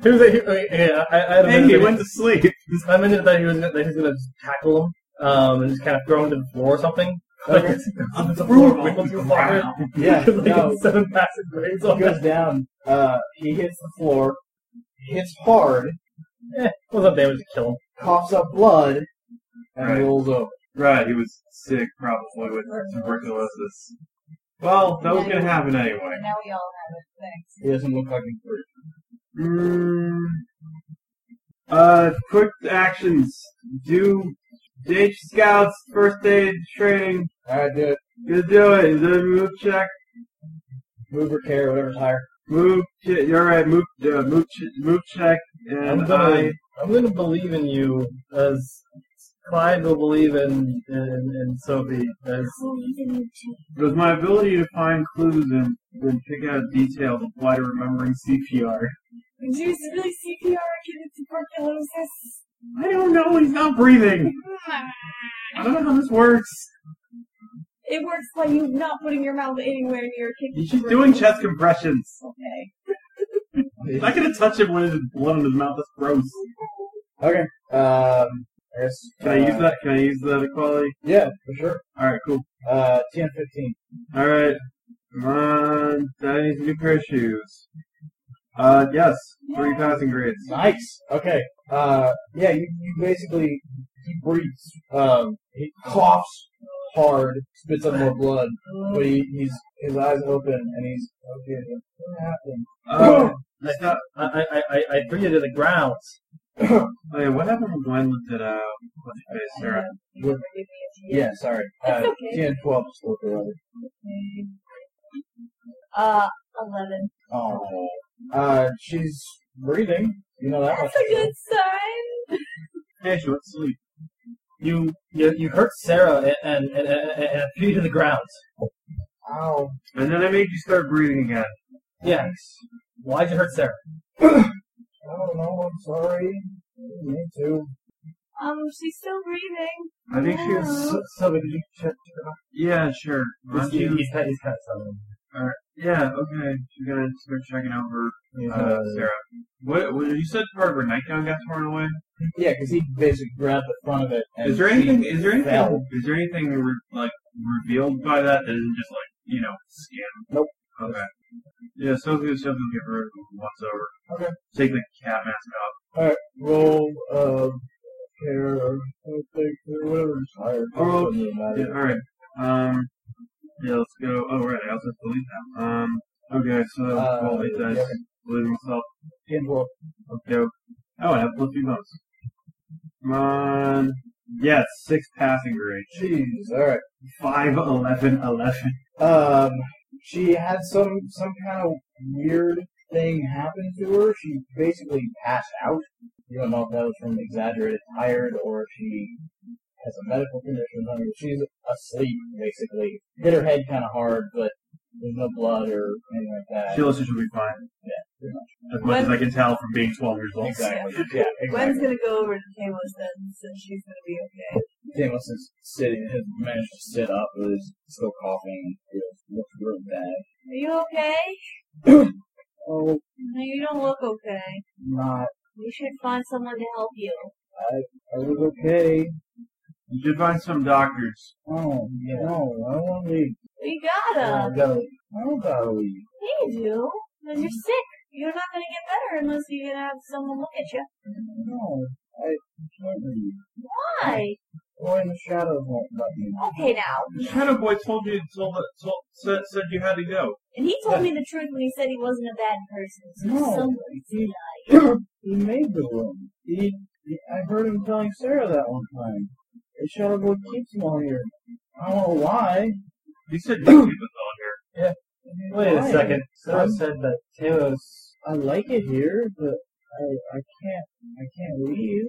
Who's that? Okay, oh, yeah, I, I had a Hey, minute he that went to sleep. (laughs) (laughs) I mentioned that he was that he was gonna just tackle him, um, and just kind of throw him to the floor or something. Okay. I'm (laughs) Brutal. with you, wow. Yeah, (laughs) Like, no. seven passing grades He on goes that. down. Uh, he hits the floor, hits hard, Eh, was up damage to kill him. coughs up blood, and Right. rolls over. Right, he was sick probably with tuberculosis. Well, that was gonna happen anyway. Now we all have it. Thanks. He doesn't look like he's hurt. Mm, uh, quick actions. Do ditch scouts first aid training. All right, do it. Gonna do it. Is it a move check? Move or carry, whatever's higher. Move. Che- all right. Move. Uh, move. Che- move check. And I'm gonna, I. I'm gonna believe in you as Clyde will believe in in, in Sophie as With my ability to find clues and, and pick out details apply to remembering CPR. Would you really CPR given tuberculosis? I don't know. He's not breathing. I don't know how this works. It works by you not putting your mouth anywhere near kicking. She's doing chest compressions. Okay. I'm not gonna touch him when there's blood in his mouth. That's gross. Okay. Um, I guess. Can I use uh, that? Can I use that equality? Yeah, for sure. Alright, cool. Uh, ten fifteen. Alright. Come on. That needs a new pair of shoes. Uh, yes. Three passing grades. Nice. Okay. Uh, yeah, you, you basically he breathes. Um, he coughs hard, spits up more blood, but he, he's his eyes open and he's okay. What happened? Uh, that's not, I I I, I- I threw you to the (coughs) ground. oh yeah, what happened when Gwen looked at, uh, what's her face, Sarah? You forgive me if you- Yeah, sorry. Uh, It's okay. Ten twelve. Just look around. Uh, 11. Oh. Uh, she's breathing. You know that. That's much. a good sign. Hey, she went to sleep. You you, you hurt Sarah and and, and, and and I threw you to the ground. Ow. And then I made you start breathing again. Yeah. Why'd you hurt Sarah? I don't know. I'm sorry. Me too. Um, she's still breathing. I think she was, So- did you check? yeah, sure. Why don't He's, he's, you- he's kind of something. yeah, okay. She's gonna start checking over, uh, Sarah. What, what, you said part of her nightgown got torn away? Yeah, because he basically grabbed the front of it. And Is there anything? she Is there anything? fell. Is there anything re- like revealed by that that isn't just like you know skin? Nope. Okay. Yeah, Sophie's something to get rid of once over. Okay. Take the cat mask off. roll of hair or something, or whatever is higher. Oh, Doesn't really matter. Yeah. All right. Um. Yeah. Let's go. Oh right. I also have to leave now. Um. Okay. So that was Uh, twelve. Eight dice. yeah. Believe in myself. Ten, twelve. Okay. Oh, I have plus two bonus. Come on. Yes. Um, Six passing grade. Jeez, alright. Five, eleven, eleven. Um, she had some, some kind of weird thing happen to her. She basically passed out. You don't know if that was from exaggerated tired or if she has a medical condition. I mean, she's asleep, basically. Hit her head kind of hard, but there's no blood or anything like that. She also should be fine. Yeah, pretty As much as I can tell from being twelve years old. Exactly. Yeah, exactly. Gwen's gonna go over to Taylor's then, so she's gonna be okay. Damos is sitting, has managed to sit up, but is still coughing. It looks really bad. Are you okay? Oh, No, you don't look okay. not. You should find someone to help you. I was okay. You should find some doctors. Oh, no, I don't want to leave. We I gotta. gotta, I don't gotta leave. Hey, you do. Because you're sick. You're not gonna get better unless you have someone look at you. No, I can't leave. Why? Or in the shadows won't let me. Okay now. The Shadow Boy told you told, told said, said you had to go. And he told me the truth when he said he wasn't a bad person. So No. someone's lying. (coughs) He made the room. He, he, I heard him telling Sarah that one time. The shadow boy keeps him all here. I don't know why. He (clears throat) said you keep us all here. Wait a Why? second. Sarah Huh? said that Taylor's I like it here, but I I can't I can't leave.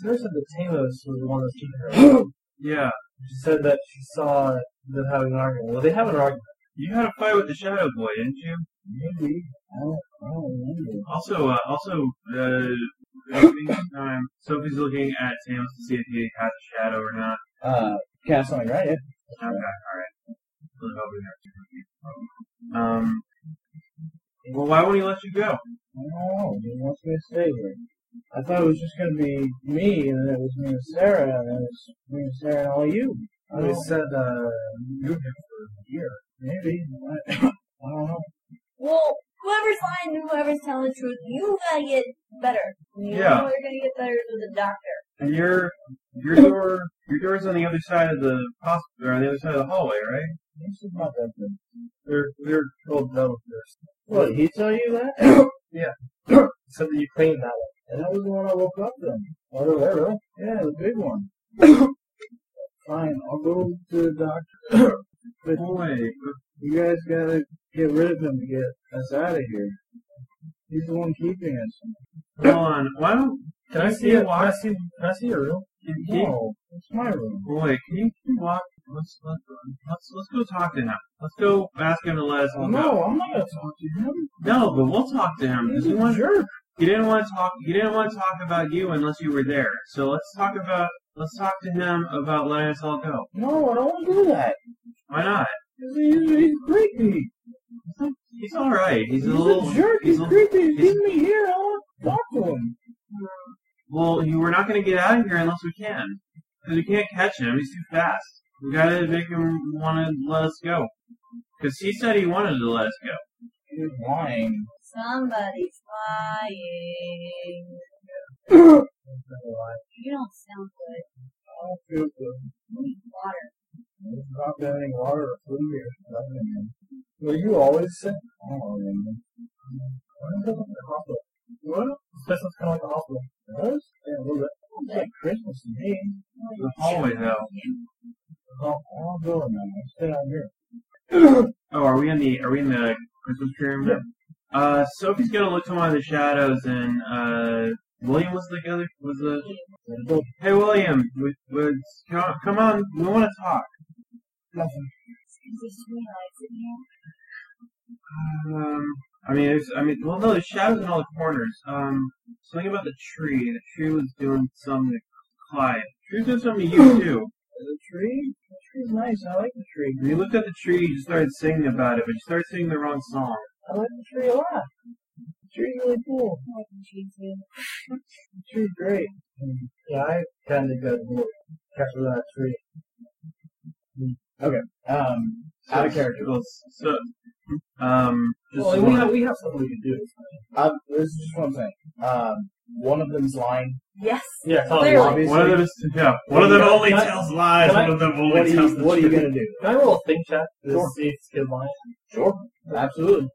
Sarah said that Talos was the one that's keeping her. Yeah. she said that she saw them having an argument. Well, they have an argument. You had a fight with the Shadow Boy, didn't you? Maybe I don't I don't remember. Also, uh, also, uh, (coughs) I think, um, Sophie's looking at Sam to see if he has a shadow or not. Uh, cast on right? Yeah. Okay, alright. Look over there. Um, well, why won't he let you go? I don't know. He wants me to stay here. I thought it was just gonna be me, and then it was me and Sarah, and then it's me and Sarah and all you. They said uh, you for a year. Maybe. I don't know. Well, whoever's lying and whoever's telling the truth, you gotta get better. You Yeah. know you're gonna get better than the doctor. And your your door your door's on the other side of the hospital or on the other side of the hallway, right? This is not that good. They're they're called double doors. What, he tell you that? (coughs) Except that you clean that one. That was the one I woke up in. Oh, no, there, really? Yeah, the big (coughs) one. Fine, I'll go to the doctor. But (coughs) Boy, you guys gotta get rid of him to get us out of here. He's the one keeping us. come on. Why don't Can I see it? Can I see, can I see your room? can, can you, No, it's my room. boy, can you, can you walk? Let's let's let's let's go talk to him. Let's go ask him to let us all go. No, I'm not gonna talk to him. No, but we'll talk to him. He's He a wants- jerk. He didn't want to talk. He didn't want to talk about you unless you were there. So let's talk about. Let's talk to him about letting us all go. No, I don't want to do that. Why not? 'Cause He's, he's creepy. He's all right. He's, He's, a little. a jerk. He's, he's a- creepy. He's he's- leaving me here. I want to talk to him. Well, you, we're not going to get out of here unless we can, because we can't catch him. He's too fast. We got to make him want to let us go, because he said he wanted to let us go. He's lying. Somebody's lying. (laughs) You don't sound good. I don't feel good. You need water. There's not been any water or food here. Nothing in there. Well, you always "Oh, sick. I don't know. What? This is kind of like a hospital. Does? Yeah, a little bit. It's like Christmas to me. The hallway, though. Oh, I'll go now. I'll stay out here. Oh, are we in the? Are we in the Christmas tree room? now? Uh, Sophie's gonna look to one of the shadows, and uh, William was the other. Was the Hey William, we, we, come come on, we want to talk. Excuse me, sweet lights in here. Um, I mean, there's, I mean, well, no, there's shadows in all the corners. Um, something about the tree. The tree was doing something to Clyde. The tree was doing something to (clears throat) you too. The tree? The tree's nice. I like the tree. When you looked at the tree, you just started singing about it, but you started singing the wrong song. I like the tree a lot. The tree's really cool. I can cheese you. The tree's great. Yeah, I kind of got bored. Catch with that tree. Um, out of character. Well, so, um, just Well, we one- have, we have something we can do. Uh, this is just one thing. Um, one of them's lying. Yes. Yeah, tell Clearly. obviously. one of them is yeah, one of What them do you- only can I- tells lies. can I- One of them What are only you, tells the what are you truth. gonna do? Can I roll a think check to Sure. see if it's good line? Sure. Absolutely.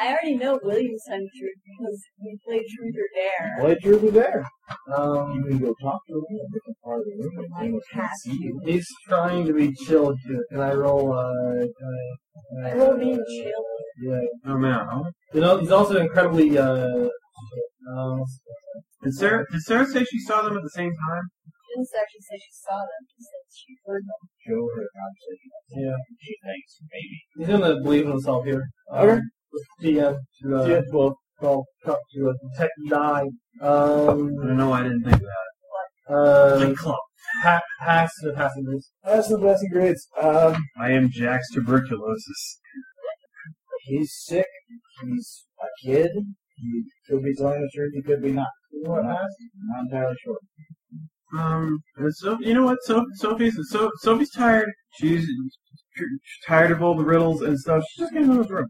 I already know William's telling the truth because we played Truth or Dare. Why you over there? You Um, can go talk to him in a different part of the room. Someone if anyone can has see you. he's trying to be chill here. Can I roll, uh, can I, I can rolled in chill. Yeah. Oh man, You know, he's also incredibly, uh, um, did Sarah? Did Sarah say she saw them at the same time? She didn't actually say she saw them. She said she heard them. Joe had a conversation. yeah. She thinks maybe. He's gonna believe in himself here. Okay. GM to, uh, Um, Yeah. well, well, talk uh, to a tech nine. Oh. Um, I don't know. why I didn't think that. Um, uh, Like club. pa- pass the passengers. That's the best of grades. Um, I am Jack's tuberculosis. he's sick. He's a kid. He could be telling the truth. He could be not. What? Not, not entirely sure. Um, and so you know what? So Sophie's so Sophie's tired. She's tr- tr- tired of all the riddles and stuff. She's just gonna go to his room.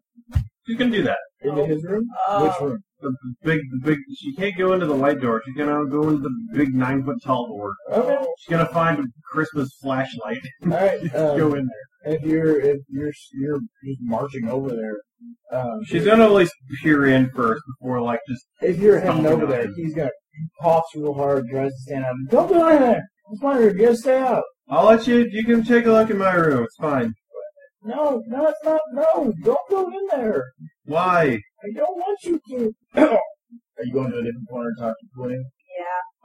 She's gonna do that. Is it his room? Which room? The, the big, the big. She can't go into the white door. She's gonna go into the big nine foot tall door. Okay. She's gonna find a Christmas flashlight. All (laughs) right. um, go in there. if you're if you're you're just marching over there, um, She's gonna at least peer in first before like just. if you're heading Oh, over no. there, he's gonna he coughs real hard, tries to stand up. Don't go in there. It's my room. You gotta stay out. I'll let you. You can take a look in my room. It's fine. No, no, it's not. No, don't go in there. Why? I don't want you to. Are you going to a different corner and talk to William?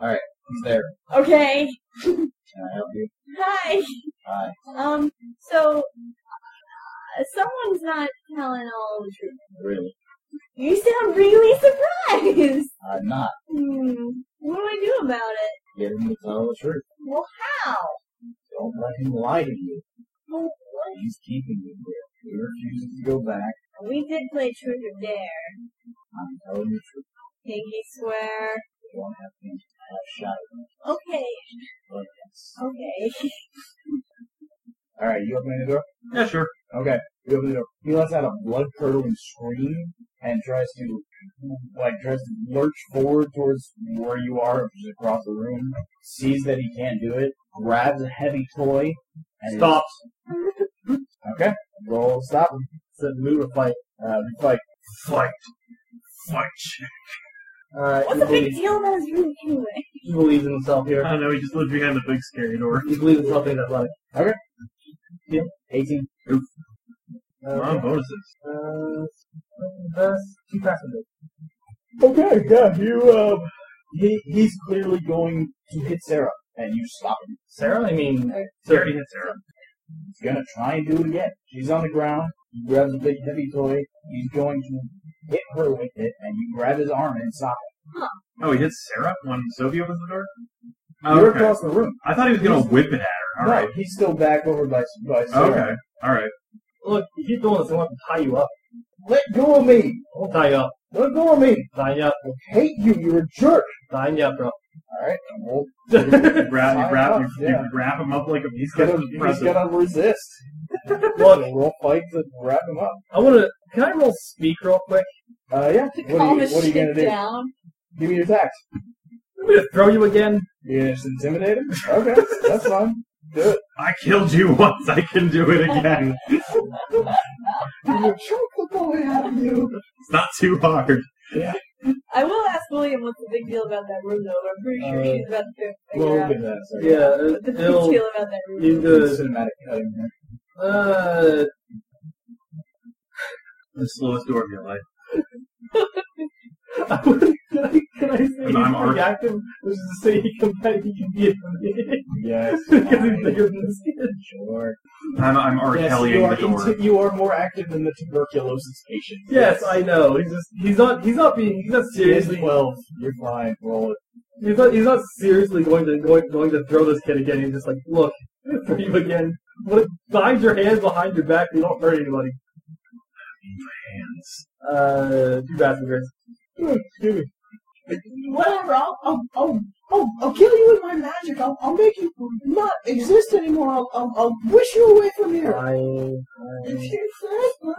Yeah. He's there. Okay. Can I help you? Hi. Hi. Um, so, uh, someone's not telling all the truth. Really? You sound really surprised! I'm not. Hmm. What do I do about it? Get him to tell the truth. Well, how? Don't let him lie to you. Well, what? He's keeping you here. He refuses to go back. We did play Truth or Dare. I'm telling the truth. Pinky swear. You won't have to have a shot at me. Okay. (laughs) But yes. Okay. All right, you opening the door? Yeah, sure. Okay, you open the door. He lets out a blood curdling scream and tries to, like, tries to lurch forward towards where you are, which is across the room. Sees that he can't do it, grabs a heavy toy, and Stops. Okay, roll to stop him. So move a fight. Uh, it's like Fight. Fight. Alright, What's he, the big believes- deal about his room anyway? he believes in himself I here. don't know, he just lived behind the big scary door. He believes in himself in athletic. 18. Oh, Mom bonuses. Uh, that's two passengers. Okay, yeah, you, uh, he, he's clearly going to hit Sarah, and you stop him. Sarah, I mean, He already hit Sarah. He's gonna try and do it again. She's on the ground. He grabs a big heavy toy. He's going to hit her with it, and you grab his arm and stop Oh, he hit Sarah when Sophie opens the door? him. You're Oh, okay. across the room. I thought he was gonna whip it at her. no, Alright. he's still back over by, by Sarah. Okay. Alright. look, if you keep doing this, I want to tie you up. Let go of me! I'll tie you up. Let go of me! Tie you up. I hate you, you're a jerk! Tie you up, bro. Alright, well, (laughs) You wrap, you Fine, wrap, fuck, you, yeah. you wrap him up like a piece he's of gonna, he's present. gonna resist. (laughs) Look, So we'll fight to wrap him up. I want to. Can I roll speak real quick? Uh, yeah. To What calm are his you, what are you shit gonna do? down. Give me your attacks. I'm gonna throw you again. You gonna just intimidate him? Okay, that's (laughs) fine. Do it. I killed you (laughs) once, I can do (laughs) it again. You choke the boy out of you. It's not too hard. I will ask William what's the big deal about that room, though. I'm pretty sure Uh, he's about to figure Well, uh, out look at that. Sorry. Yeah, what the it, big it'll. deal about that room. You is. do it. Cinematic cutting here. Uh, The slowest door of your life. I wouldn't- can I, can I say I'm- I'm he's arch- reactive? Which is to (laughs) say he can, he can be intimidated Yes. (laughs) because he's bigger than his kid. Sure. I'm, I'm R. Yes, Kellying you are, the door. inti- you are more active than the tuberculosis patient. Yes, I know. He's just he's not he's not being he's not Seriously, seriously twelve. You're fine. Roll it. he's not he's not seriously going to going, going to throw this kid again. He's just like, look, (laughs) throw you again. What? Hide your hands behind your back. You don't hurt anybody. Hands. Uh, two passengers. Excuse me. (laughs) Whatever, I'll, I'll, I'll, I'll, I'll kill you with my magic. I'll, I'll make you not exist anymore. I'll, I'll, I'll wish you away from here. Fine, If fine. you said,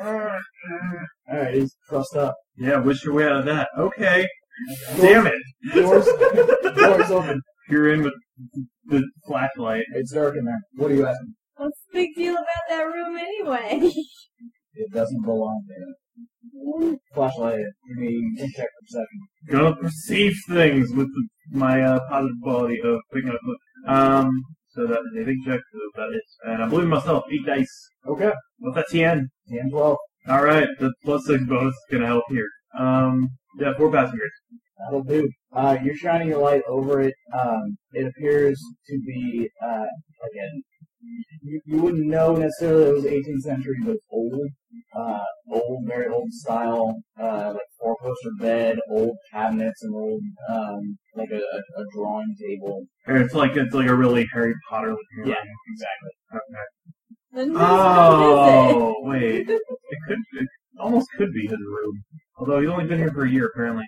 Ah. All right, he's trussed up. Yeah, wish your way out of that. Okay. Damn it. Doors, (laughs) doors open. You're in with the flashlight. It's dark in there. What are you asking? What's the big deal about that room anyway? (laughs) It doesn't belong there. Flashlight. You mean you check for second. Gonna perceive things with the, my uh, positive quality of picking up. Um, so that is a big check. So that is, and I'm believing myself. Eight dice. Okay. What's that TN? Ten, twelve. All right, the plus six bonus is gonna help here. Um, yeah, four passengers. That'll do. Uh, you're shining your light over it. Um, it appears to be, uh, again, you, you wouldn't know necessarily it was 18th century, but it's old, uh, old, very old style, uh, like four poster bed, old cabinets, and old, um, like a, a, a drawing table. Or It's like it's like a really Harry Potter looking. Yeah, room. exactly. Okay. then whose room is Oh wait, it could it almost could be his room. Although he's only been here for a year apparently.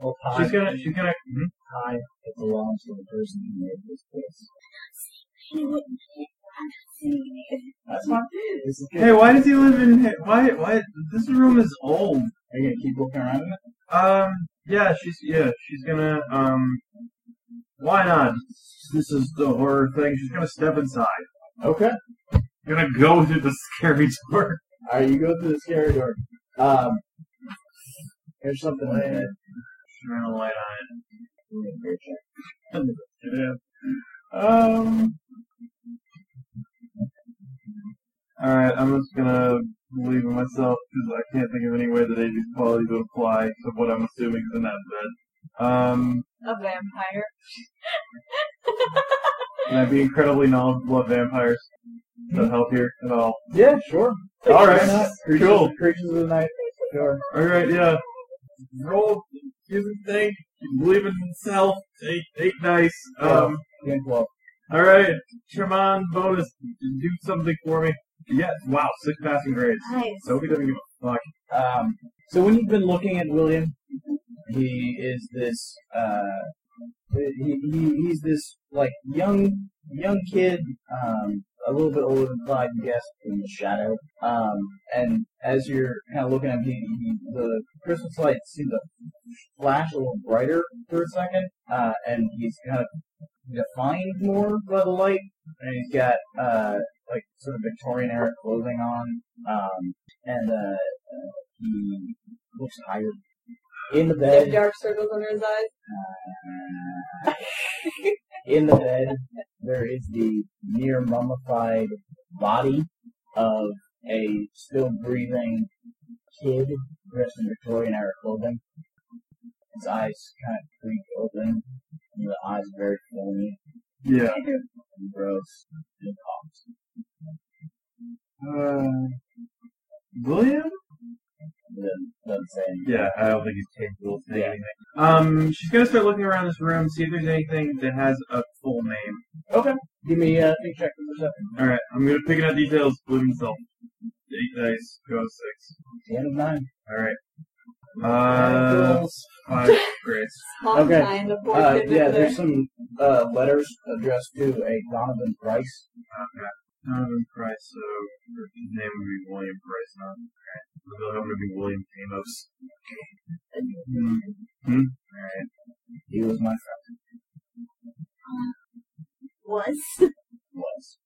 Well, She's gonna she's gonna. hmm? time. It belongs to the person who made this place. it? I'm not (laughs) seeing it. That's fine. This is good. Hey, why does he live in? he- Why why this room is old. Are you gonna keep looking around in it? Um, yeah, she's yeah, she's gonna um, why not? This is the horror thing. She's gonna step inside. Okay. Gonna go through the scary door. Alright, you go through the scary door. Um, there's something in it. Turn the light on it. Yeah. Um, All right, I'm just gonna believe in myself because I can't think of any way that any of these qualities would apply to what I'm assuming is in that bed. Um, A vampire. can I be incredibly knowledgeable of vampires? Does that help here at all? yeah, sure. All Why right, not? Creatures, cool. creatures of the night. Sure. All right, yeah. Roll, use a thing, believe in himself. Eight, eight dice. Um, Ten, twelve. all right, Tremon bonus, do something for me. Yes, wow, six passing grades. Nice. Sophie doesn't give a fuck. Um, so when you've been looking at William, he is this uh, He, he, he's this like young young kid, um, a little bit older than Clyde, you guess, in the shadow. Um, and as you're kind of looking at him, he, he, the Christmas lights seem to flash a little brighter for a second, uh, and he's kind of defined more by the light, and he's got uh, like sort of Victorian era clothing on, um, and uh, uh, he looks tired. In the There are bed, dark circles under his eyes. (laughs) in the bed, there is the near mummified body of a still breathing kid dressed in Victorian era clothing. His eyes kind of creak open, and the eyes are very filmy Yeah. and gross and coughs. Uh, William? Doesn't, doesn't say anything. Yeah, I don't think he's capable of saying anything. Um, she's gonna start looking around this room, see if there's anything that has a full name. Give me uh, a thing check for perception. Alright, I'm gonna pick it out details with himself. Eight dice, go to six. Ten of nine. Alright. Uh, Girls. five grades. Long Okay. time before Uh, they've been yeah, there. there's some uh, letters addressed to a Donovan Price. Okay. Donovan Price, so his name would be William Price, not okay. Although I'm gonna be William Amos. Hmm. Hmm? Alright. He was my friend. was. (laughs) was.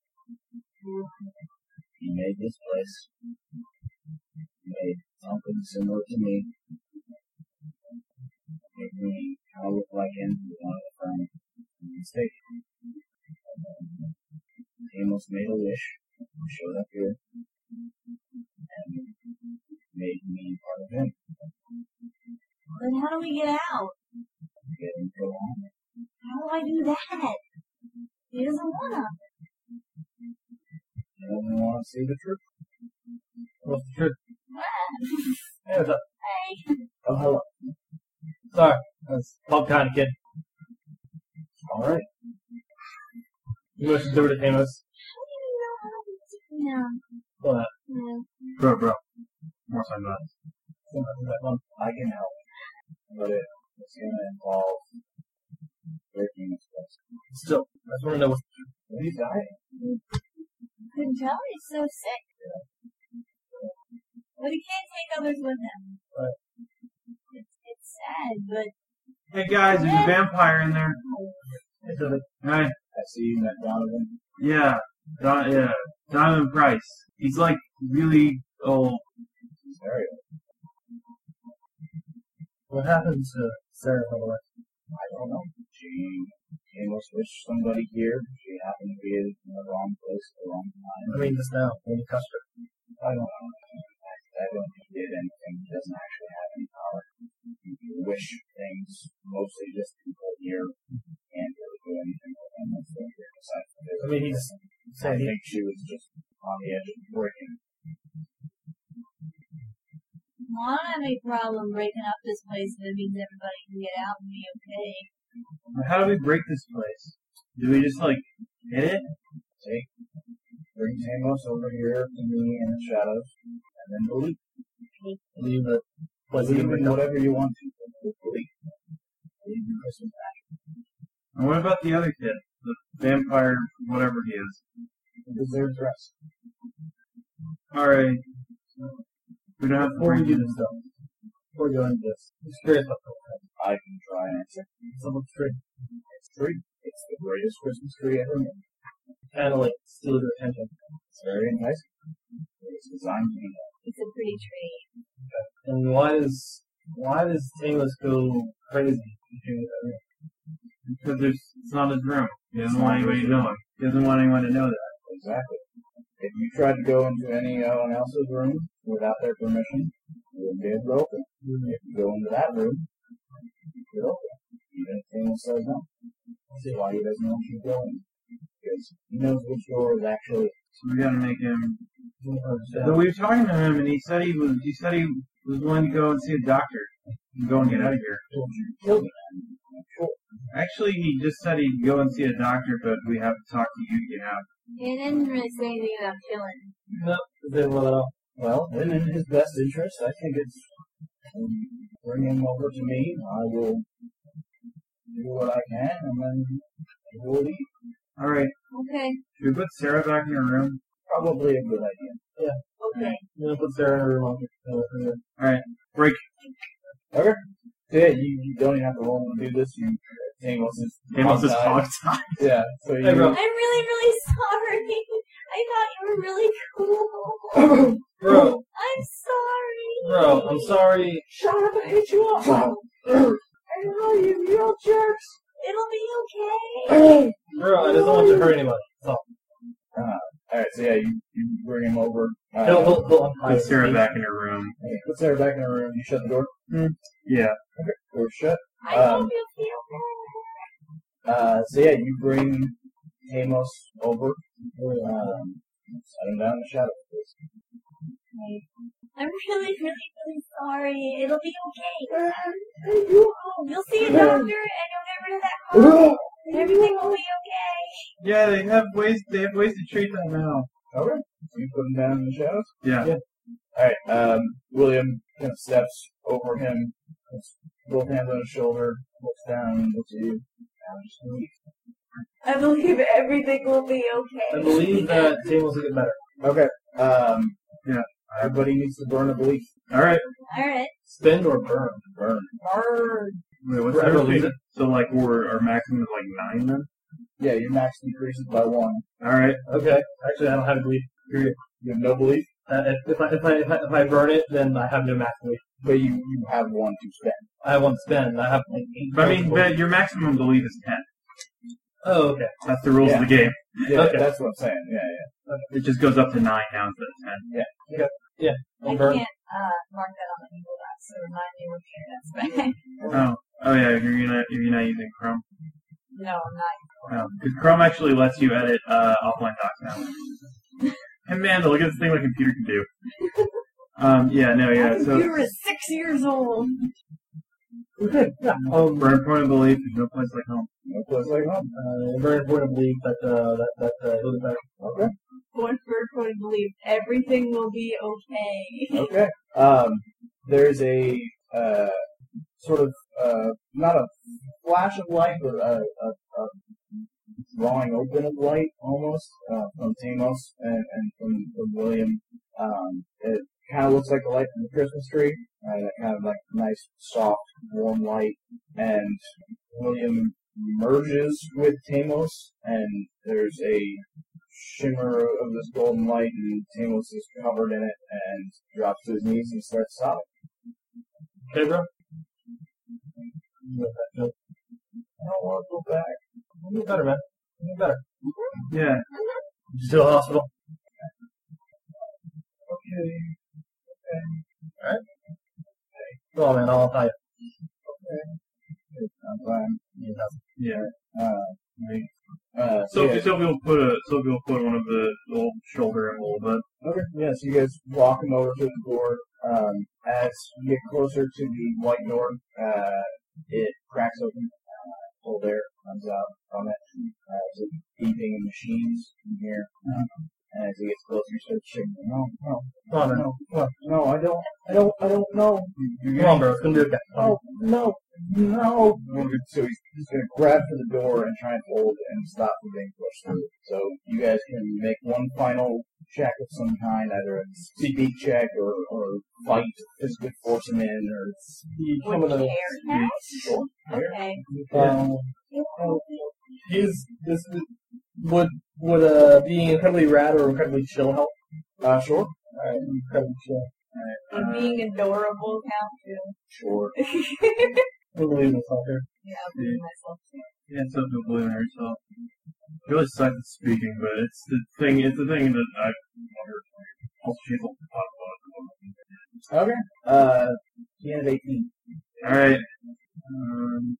He made this place. He made something similar to me. Made me kind of look like him. He wanted a friend. Mistake. He almost made a wish. He showed up here. And made me part of him. Then how do we get out? Getting to go on. How do I do that? He doesn't wanna. (laughs) He doesn't want to see the truth. What's the truth? Hey, what's up? Hey, Oh, hello. Sorry. That's punk kind of kid. Alright. He motions over to Amos. you know, Pull out. no, Bro, bro. More sunglasses. I can help, but it, it's going to involve breaking this place. Still, I just want to know what's Are you dying? couldn't tell he's so sick. But he can't take others with him. Right. It's, it's sad, but Hey guys, there's a vampire in there. it's of it. Alright. I see you met Donovan. Yeah, Don, yeah, Diamond Price. He's like really old. He's very old. What happened to Sarah, by the way? I don't know. She came with wish somebody here. She happened to be in the wrong place at the wrong time. I mean, just now, when you touched her. I don't know. I, I don't think he did anything. He doesn't actually have any power. You can wish things, mostly just people here. Can't really do anything with them once they're here. Besides, I mean, he's I saying he think she was just on the edge of breaking. well, I don't have any problem breaking up this place if it means everybody can get out and be okay. But How do we break this place? Do we just like hit it? See? Bring Tamos over here to me in the shadows, and then delete. leave it. Was he Believe in even whatever you want to. but Delete. Leave your Christmas back. And what about the other kid? The vampire, whatever he is. It deserves rest. Alright. We don't have to Before we bring do you this, this. though, before we go into this, I'm just curious about the I can try and answer. someone's tree. It's tree. It's the greatest Christmas tree ever made. Kind of like steal your attention. It's very nice. It was designed to be that. It's a pretty tree. And why does why does Taylor's go crazy? during that room? Because there's, it's not his room. He doesn't want anybody to know him. He doesn't want anyone to know that. Exactly. If you tried to go into anyone else's room without their permission, you would be broken. If you go into that room, you're open. Even if Tamos says no. See why he doesn't want you going. Because he knows which door is actually So we gotta make him. Yeah. But we were talking to him and he said he was, he said he was willing to go and see a doctor. And go and get out of here. told you to kill the man. Actually, he just said he'd go and see a doctor, but we have to talk to you to get out. It didn't really say anything about killing. No, didn't well at all. uh, Well, then in his best interest, I think it's um, bring him over to me. I will do what I can, and then I will leave. All right. Okay. Should we put Sarah back in her room? Probably a good idea. Okay. You know, put Sarah in her room. Yeah, you, you don't even have to roll to do this. You Amos is Amos is hog-tied. hog tied. (laughs) Yeah, so Hey, you bro. I'm really, really sorry. I thought you were really cool. Bro, I'm sorry. bro, I'm sorry. (laughs) Shut up and hit you up! I know you, you all jerks! It'll be okay. Alright, Bro, I just don't want you to hurt anybody. all right. So yeah, you, you bring him over. Uh, He'll, he'll, he'll Put untie you. Sarah back in her room. okay, Put Sarah back in her room. You shut the door. Yeah. Door shut. I hope Um, you feel better. Uh, so yeah, you bring Amos over. Um, set him down in the shadow. I'm really, really, really sorry. It'll be okay. you You'll see a doctor and you'll get rid of that cold. And everything will be okay. Yeah, they have ways. They have ways to treat that now. Okay. So you put him down in the shadows. Yeah. All right. Um, William kind of steps over him, puts both hands on his shoulder, looks down, looks at you. I'm just gonna leave. I believe everything will be okay. I believe that James will get better. Okay. Um, Yeah. Everybody needs to burn a belief. All right. Alright. Spend or burn. Burn. are Wait, what's Forever that? leader. So like, we're our maximum is like nine then. Yeah, your max decreases by one. All right. Okay. Actually, I don't have belief. Period. You have no belief, Uh, if, if, I, if, I, if, I, if I burn it, then I have no max belief. but you, you have one to spend. I won't spend. I have like eight. But I Oh, mean, points. the, your maximum belief is ten. oh, okay. That's the rules of the game. Yeah, Okay. that's what I'm saying. Yeah, yeah. It just goes up to nine now instead of ten. I can't I'll uh, mark burn. that on the Google Doc, so remind me what year that's back. Oh. Oh yeah. If you're not, if you're not using Chrome. (laughs) no, I'm not. Oh, 'cause Chrome actually lets you edit uh, offline docs now. (laughs) Amanda, look at this thing my computer can do. Um, yeah, no, My yeah. So computer is six years old. Okay. Yeah. Um, burn. burn point of belief. There's no place like home. No place like oh. home. Uh, very important belief that uh, that that uh, he'll get better. Okay. One third point of belief. Everything will be okay. Oh, (laughs) Okay. Um, there's a uh, sort of uh, not a flash of light, but a, a, a drawing open of light almost uh, from Tamos and, and from, from William. Um, it kind of looks like the light from the Christmas tree. Uh, that kind of like nice, soft, warm light. And William merges with Tamos, and there's a shimmer of this golden light, and Tamos is covered in it and drops to his knees and starts sobbing. Okay, bro. I don't want to go back. You'll get better, man. You'll get better. Yeah. You still hospital. Okay. Come on, man. I'll tie you. I'm fine. You Yeah. know, uh, me. Uh, so, So yeah. Sophie will put a Sophie will put one of the the old shoulder in a little bit. Okay, yeah, so you guys walk him over to the door. Um, as you get closer to the white door, uh, it cracks open. Uh, cold air comes out from it. Uh, it's a beeping of machines in here. And as he gets closer, he starts shaking. No, no, Come on, man. no, no, no, I don't, I don't, I don't know. You- you're Come on, bro. It's gonna be okay. Come on. Oh no, no! So he's, he's gonna grab for the door and try and hold it and stop from being pushed through. So you guys can make one final check of some kind, either a speed check or, or fight, physically force him in, or He Would coming to care that? Okay. Um, he's this would would uh being incredibly rad or incredibly chill help? uh, sure, Alright, incredibly chill. And being adorable now too. sure. (laughs) I'm gonna leave this out here. yeah, I'll be myself too. Yeah, Sophie will believe in herself. It really sucks at speaking, but it's the thing. It's the thing that I wonder. Also, she's will talk about. Okay. Uh, he ended eighteen. it. All right. Um,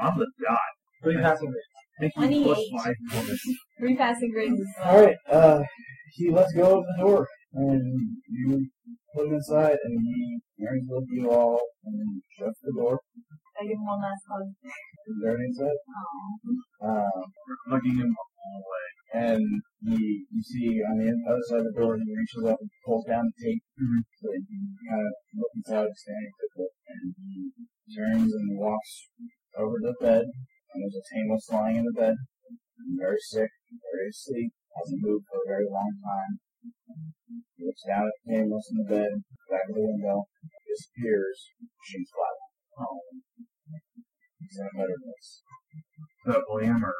on the dot. Three passing Thank you. Plus 28. five for this. Three passing grades as well. All right. Uh, he lets go of the door, and you put him inside, and he turns with you all and shuts the door. I give him one last hug. Is there any inside? Aw. Um. We're plugging him the whole way. and you, you see on the other side of the door, he reaches up and pulls down the tape, Mhm. so that you kind of look inside, standing at the foot, and he turns and walks over to the bed, and there's a tameless lying in the bed. Very sick, very asleep, hasn't moved for a very long time. He looks down at the tameless in the bed, back of the window, disappears, shoots flat. Oh. He's in a better place. The glamour.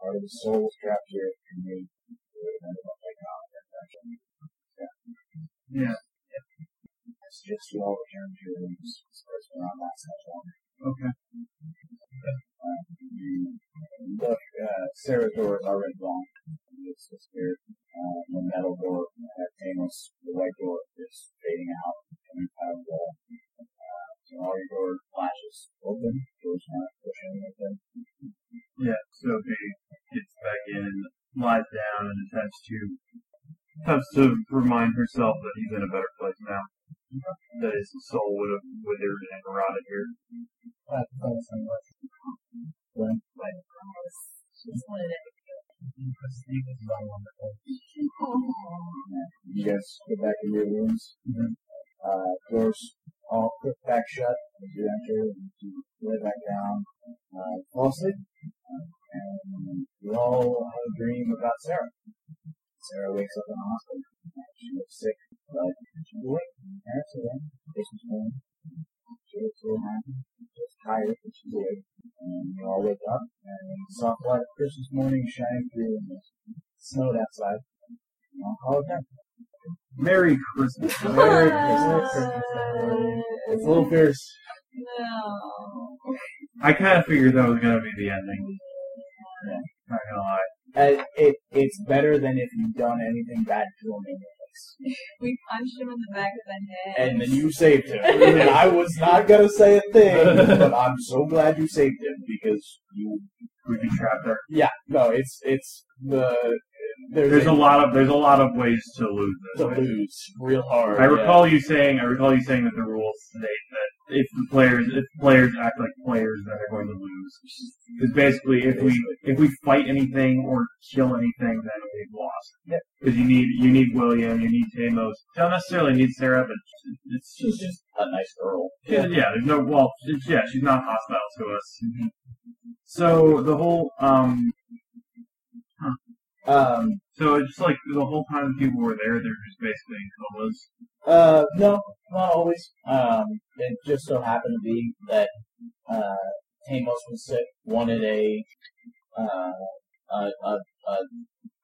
Part of the soul is trapped here in me. It would have ended up like God, that's actually. Yeah. I suggest you all return to your rooms. This place will not last much longer. Okay. Um, look, uh, Sarah's door is already gone. It's disappeared. Uh, the metal door, that stainless, the white door is fading out. And you have the, uh, so all your door latches open. Doors not pushing open. Yeah. So he gets back in, lies down, and attempts to attempts to remind herself that he's in a better place now. That his soul would have withered and rotted here. That's, that's unless She's one of them. sleep is not wonderful. You guys go back in your rooms. Uh, doors all put back shut. If you enter, you lay back down, uh, fall asleep, and you all have a dream about Sarah. Sarah wakes up in the hospital. She looks sick, but she's awake. Parents are there. Christmas morning. She looks really happy. She's tired, but she's awake. And you all wake up, and the soft light of Christmas morning shining through, and it snowed outside. And I'll call it done. Merry Christmas. Merry Christmas. It's a little fierce. No. I kind of figured that was gonna be the ending. Not gonna lie. Uh, it, it's better than if you've done anything bad to him in your We punched him in the back of the face. head. And then you saved (laughs) him. And I was not gonna say a thing, but I'm so glad you saved him because you, We'd be trapped there. yeah, no, it's, it's the, there's, There's a lot of there's a lot of ways to lose this. to lose real hard. I recall you saying I recall you saying that the rules state that if the players if players act like players then they're going to lose. Because basically if we if we fight anything or kill anything then we've lost. Yep. Because you need you need William, you need Tamos. Don't necessarily need Sarah, but it's She's just a nice girl. yeah, yeah, there's no well, it's, yeah, she's not hostile to us. So the whole um Um, so it's just like the whole time the people were there they're just basically homeless. Uh, no, not always. Um, it just so happened to be that uh, Tamos was sick, wanted a uh, a, a a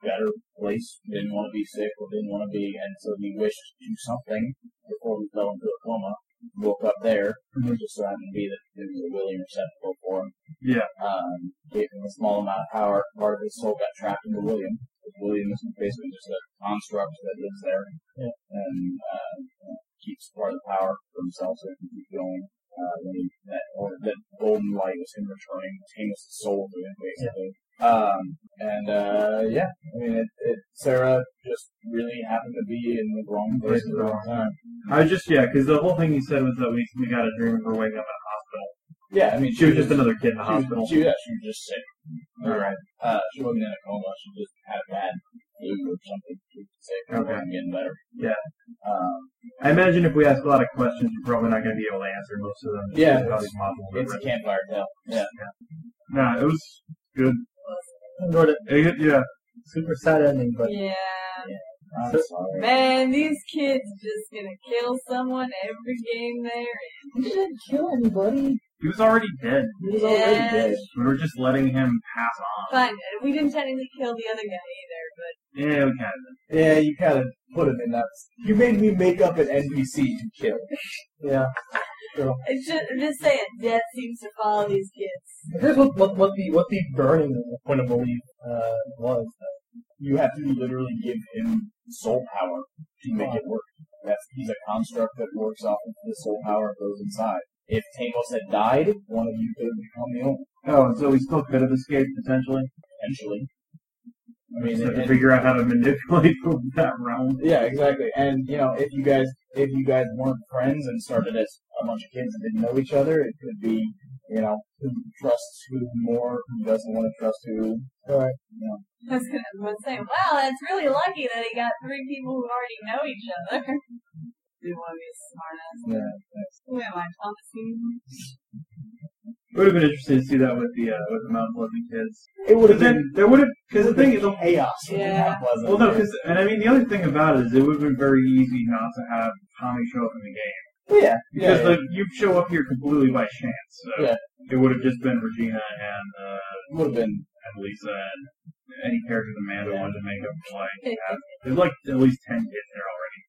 better place, didn't want to be sick or didn't want to be, and so he wished to do something before he fell into a coma. Woke up there, it just so happened to be that it was a William receptacle for him. Yeah. Um, gave him a small amount of power. Part of his soul got trapped into William. William is basically just a construct that lives there and uh, keeps part of the power for himself so he can keep going. Uh, when he, that, or that golden light was him returning Tamus' soul to him, basically. Um, and uh, yeah, I mean, it, it, Sarah just really happened to be in the wrong place at the wrong time. I was just yeah, because the whole thing you said was that we we got a dream of her waking up in the hospital. Yeah, I mean, She was just another kid in the she was- hospital. She, yeah, she was just sick. All right. Uh, she wasn't in a coma. She just had bad food or something. She was sick. and Okay. wasn't getting better. Yeah. Um, I imagine if we ask a lot of questions, we're probably not going to be able to answer most of them. Yeah. About these modules it's a already. campfire tale. Yeah. Nah, it was good. Enjoyed it. It, yeah, Super sad ending, but Yeah. I'm So- sorry. Man, these kids just gonna kill someone every game they're in. he didn't kill anybody. he was already dead. He was already Yes. dead. We were just letting him pass on. Fine, and we didn't technically kill the other guy either, but Yeah, we kind of. Yeah, you kind of put him in that. You made me make up an NPC to (laughs) kill. Yeah. it's just, I'm just saying, death seems to follow these kids. Here's what, what, what the what the burning point of belief uh, was. You have to literally give him soul power to make it work. That's he's a construct that works off of the soul power that goes inside. If Tamos had died, one of you could have become the owner, Oh, and so we still could have escaped potentially. potentially. I We mean, just have and- to figure out how to manipulate (laughs) that realm. yeah, exactly. And you know, if you guys if you guys weren't friends and started as a bunch of kids that didn't know each other, it could be you know who trusts who more, who doesn't want to trust who. Alright. You know, (laughs) That's gonna everyone say, wow, that's really lucky that he got three people who already know each other. (laughs) Do you want to be a smart ass? Yeah, Who am I, Thomas? Newton? It would have been interesting to see that with the uh, with the Mount Pleasant kids. It would have But been then there would have because the thing is, chaos. if it Yeah. wasn't. well, no, because and I mean the other thing about it is it would have been very easy not to have Tommy show up in the game yeah, because yeah, like you show up here completely by chance. So Yeah. it would have just been Regina and uh, it would have been. and Lisa and any character that Amanda wanted to make up like have, there's like at least ten kids there already.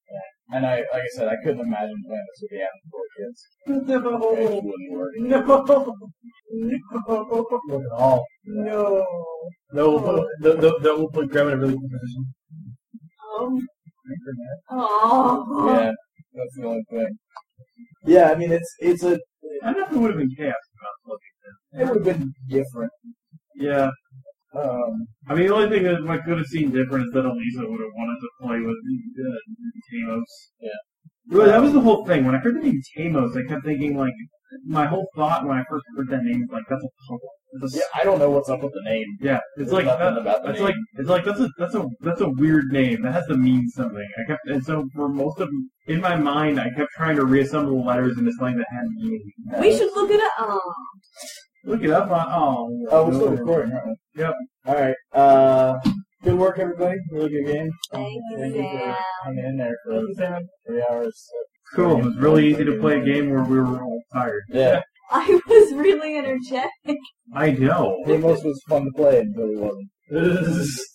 And I, like I said, I couldn't imagine playing this with the Apple Four kids. (laughs) It No, wouldn't work. (laughs) no, no, Look at all. no. That will put, that, that, that will put Graham in a really good position. Um, oh, Yeah, that's the only thing. Yeah, I mean, it's it's a. I don't know if it would have been chaos about looking. It would have been different. Yeah. Um, I mean, the only thing that I could have seen different is that Elisa would have wanted to play with uh, Tamos. Yeah. Really, that was the whole thing. When I heard the name Tamos, I kept thinking, like, my whole thought when I first heard that name was like, that's a puzzle. That's a yeah, s- I don't know what's up with the name. yeah. It's like, nothing that, about the that's name. like, it's like, that's a, that's a, that's a weird name. That has to mean something. I kept, and so for most of, in my mind, I kept trying to reassemble the letters into something that had meaning. we should look it up. Oh, Look it up on, oh. Oh, we're still recording, aren't we? Yep. All right. Uh, good work, everybody. Really good game. Thank you, for Sam. hanging in there for Sam. three hours. Cool. It was really easy to play a game where we were all tired. Yeah, I was really energetic. I know. Amos was fun to play until he wasn't. (laughs)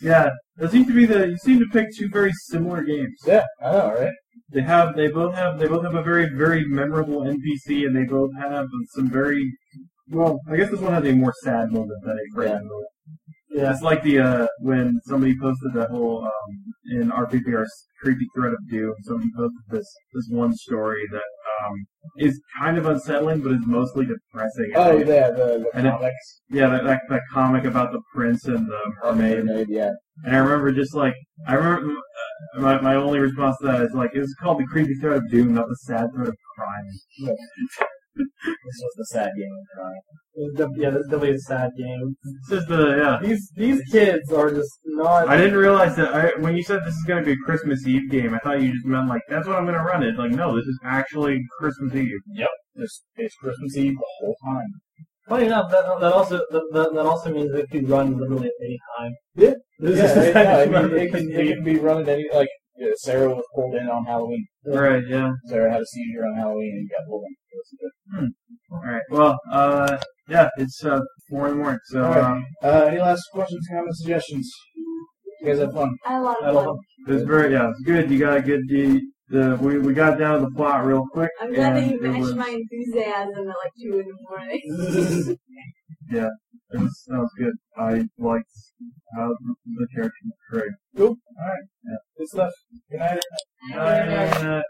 Yeah, that seems to be the. You seem to pick two very similar games. Yeah, I know, right? They have. They both have. They both have a very, very memorable NPC, and they both have some very. Well, I guess this one has a more sad moment than a great Yeah. moment. Yeah. It's like the uh, when somebody posted that whole um, in RPPR creepy thread of doom. Somebody posted this this one story that um, is kind of unsettling, but is mostly depressing. Oh, yeah, the, the And it- comics. yeah, that, that that comic about the prince and the mermaid. yeah. And I remember just like I remember uh, my my only response to that is like it was called the creepy threat of doom, not the sad threat of crime. This was the sad game of crying. It's def- yeah, that's definitely a sad game. This is the uh, yeah. These these kids are just not. I didn't realize that I, when you said this is going to be a Christmas Eve game, I thought you just meant like that's what I'm going to run it. Like no, this is actually Christmas Eve. It's, it's Christmas Eve the whole time. Funny enough, that, that also that, that, that also means that it could run literally at any time. Yeah. This yeah, is it, no, I mean, it, Christmas can, it Eve. can be run at any, like, yeah, Sarah was pulled in on Halloween. Right? Yeah. Sarah had a seizure on Halloween and got pulled in. It was good. All right. Well, uh, yeah, it's uh, four in the morning. So All right. um, Uh, any last questions, comments, suggestions? You guys have fun. I love I love it. it was very yeah, it's good. You got a good the the we we got down to the plot real quick. I'm glad that and you it was- matched my enthusiasm at like two in the morning. It was, that was good. I liked how the character was portrayed. Good stuff. Good night. I don't know. Uh,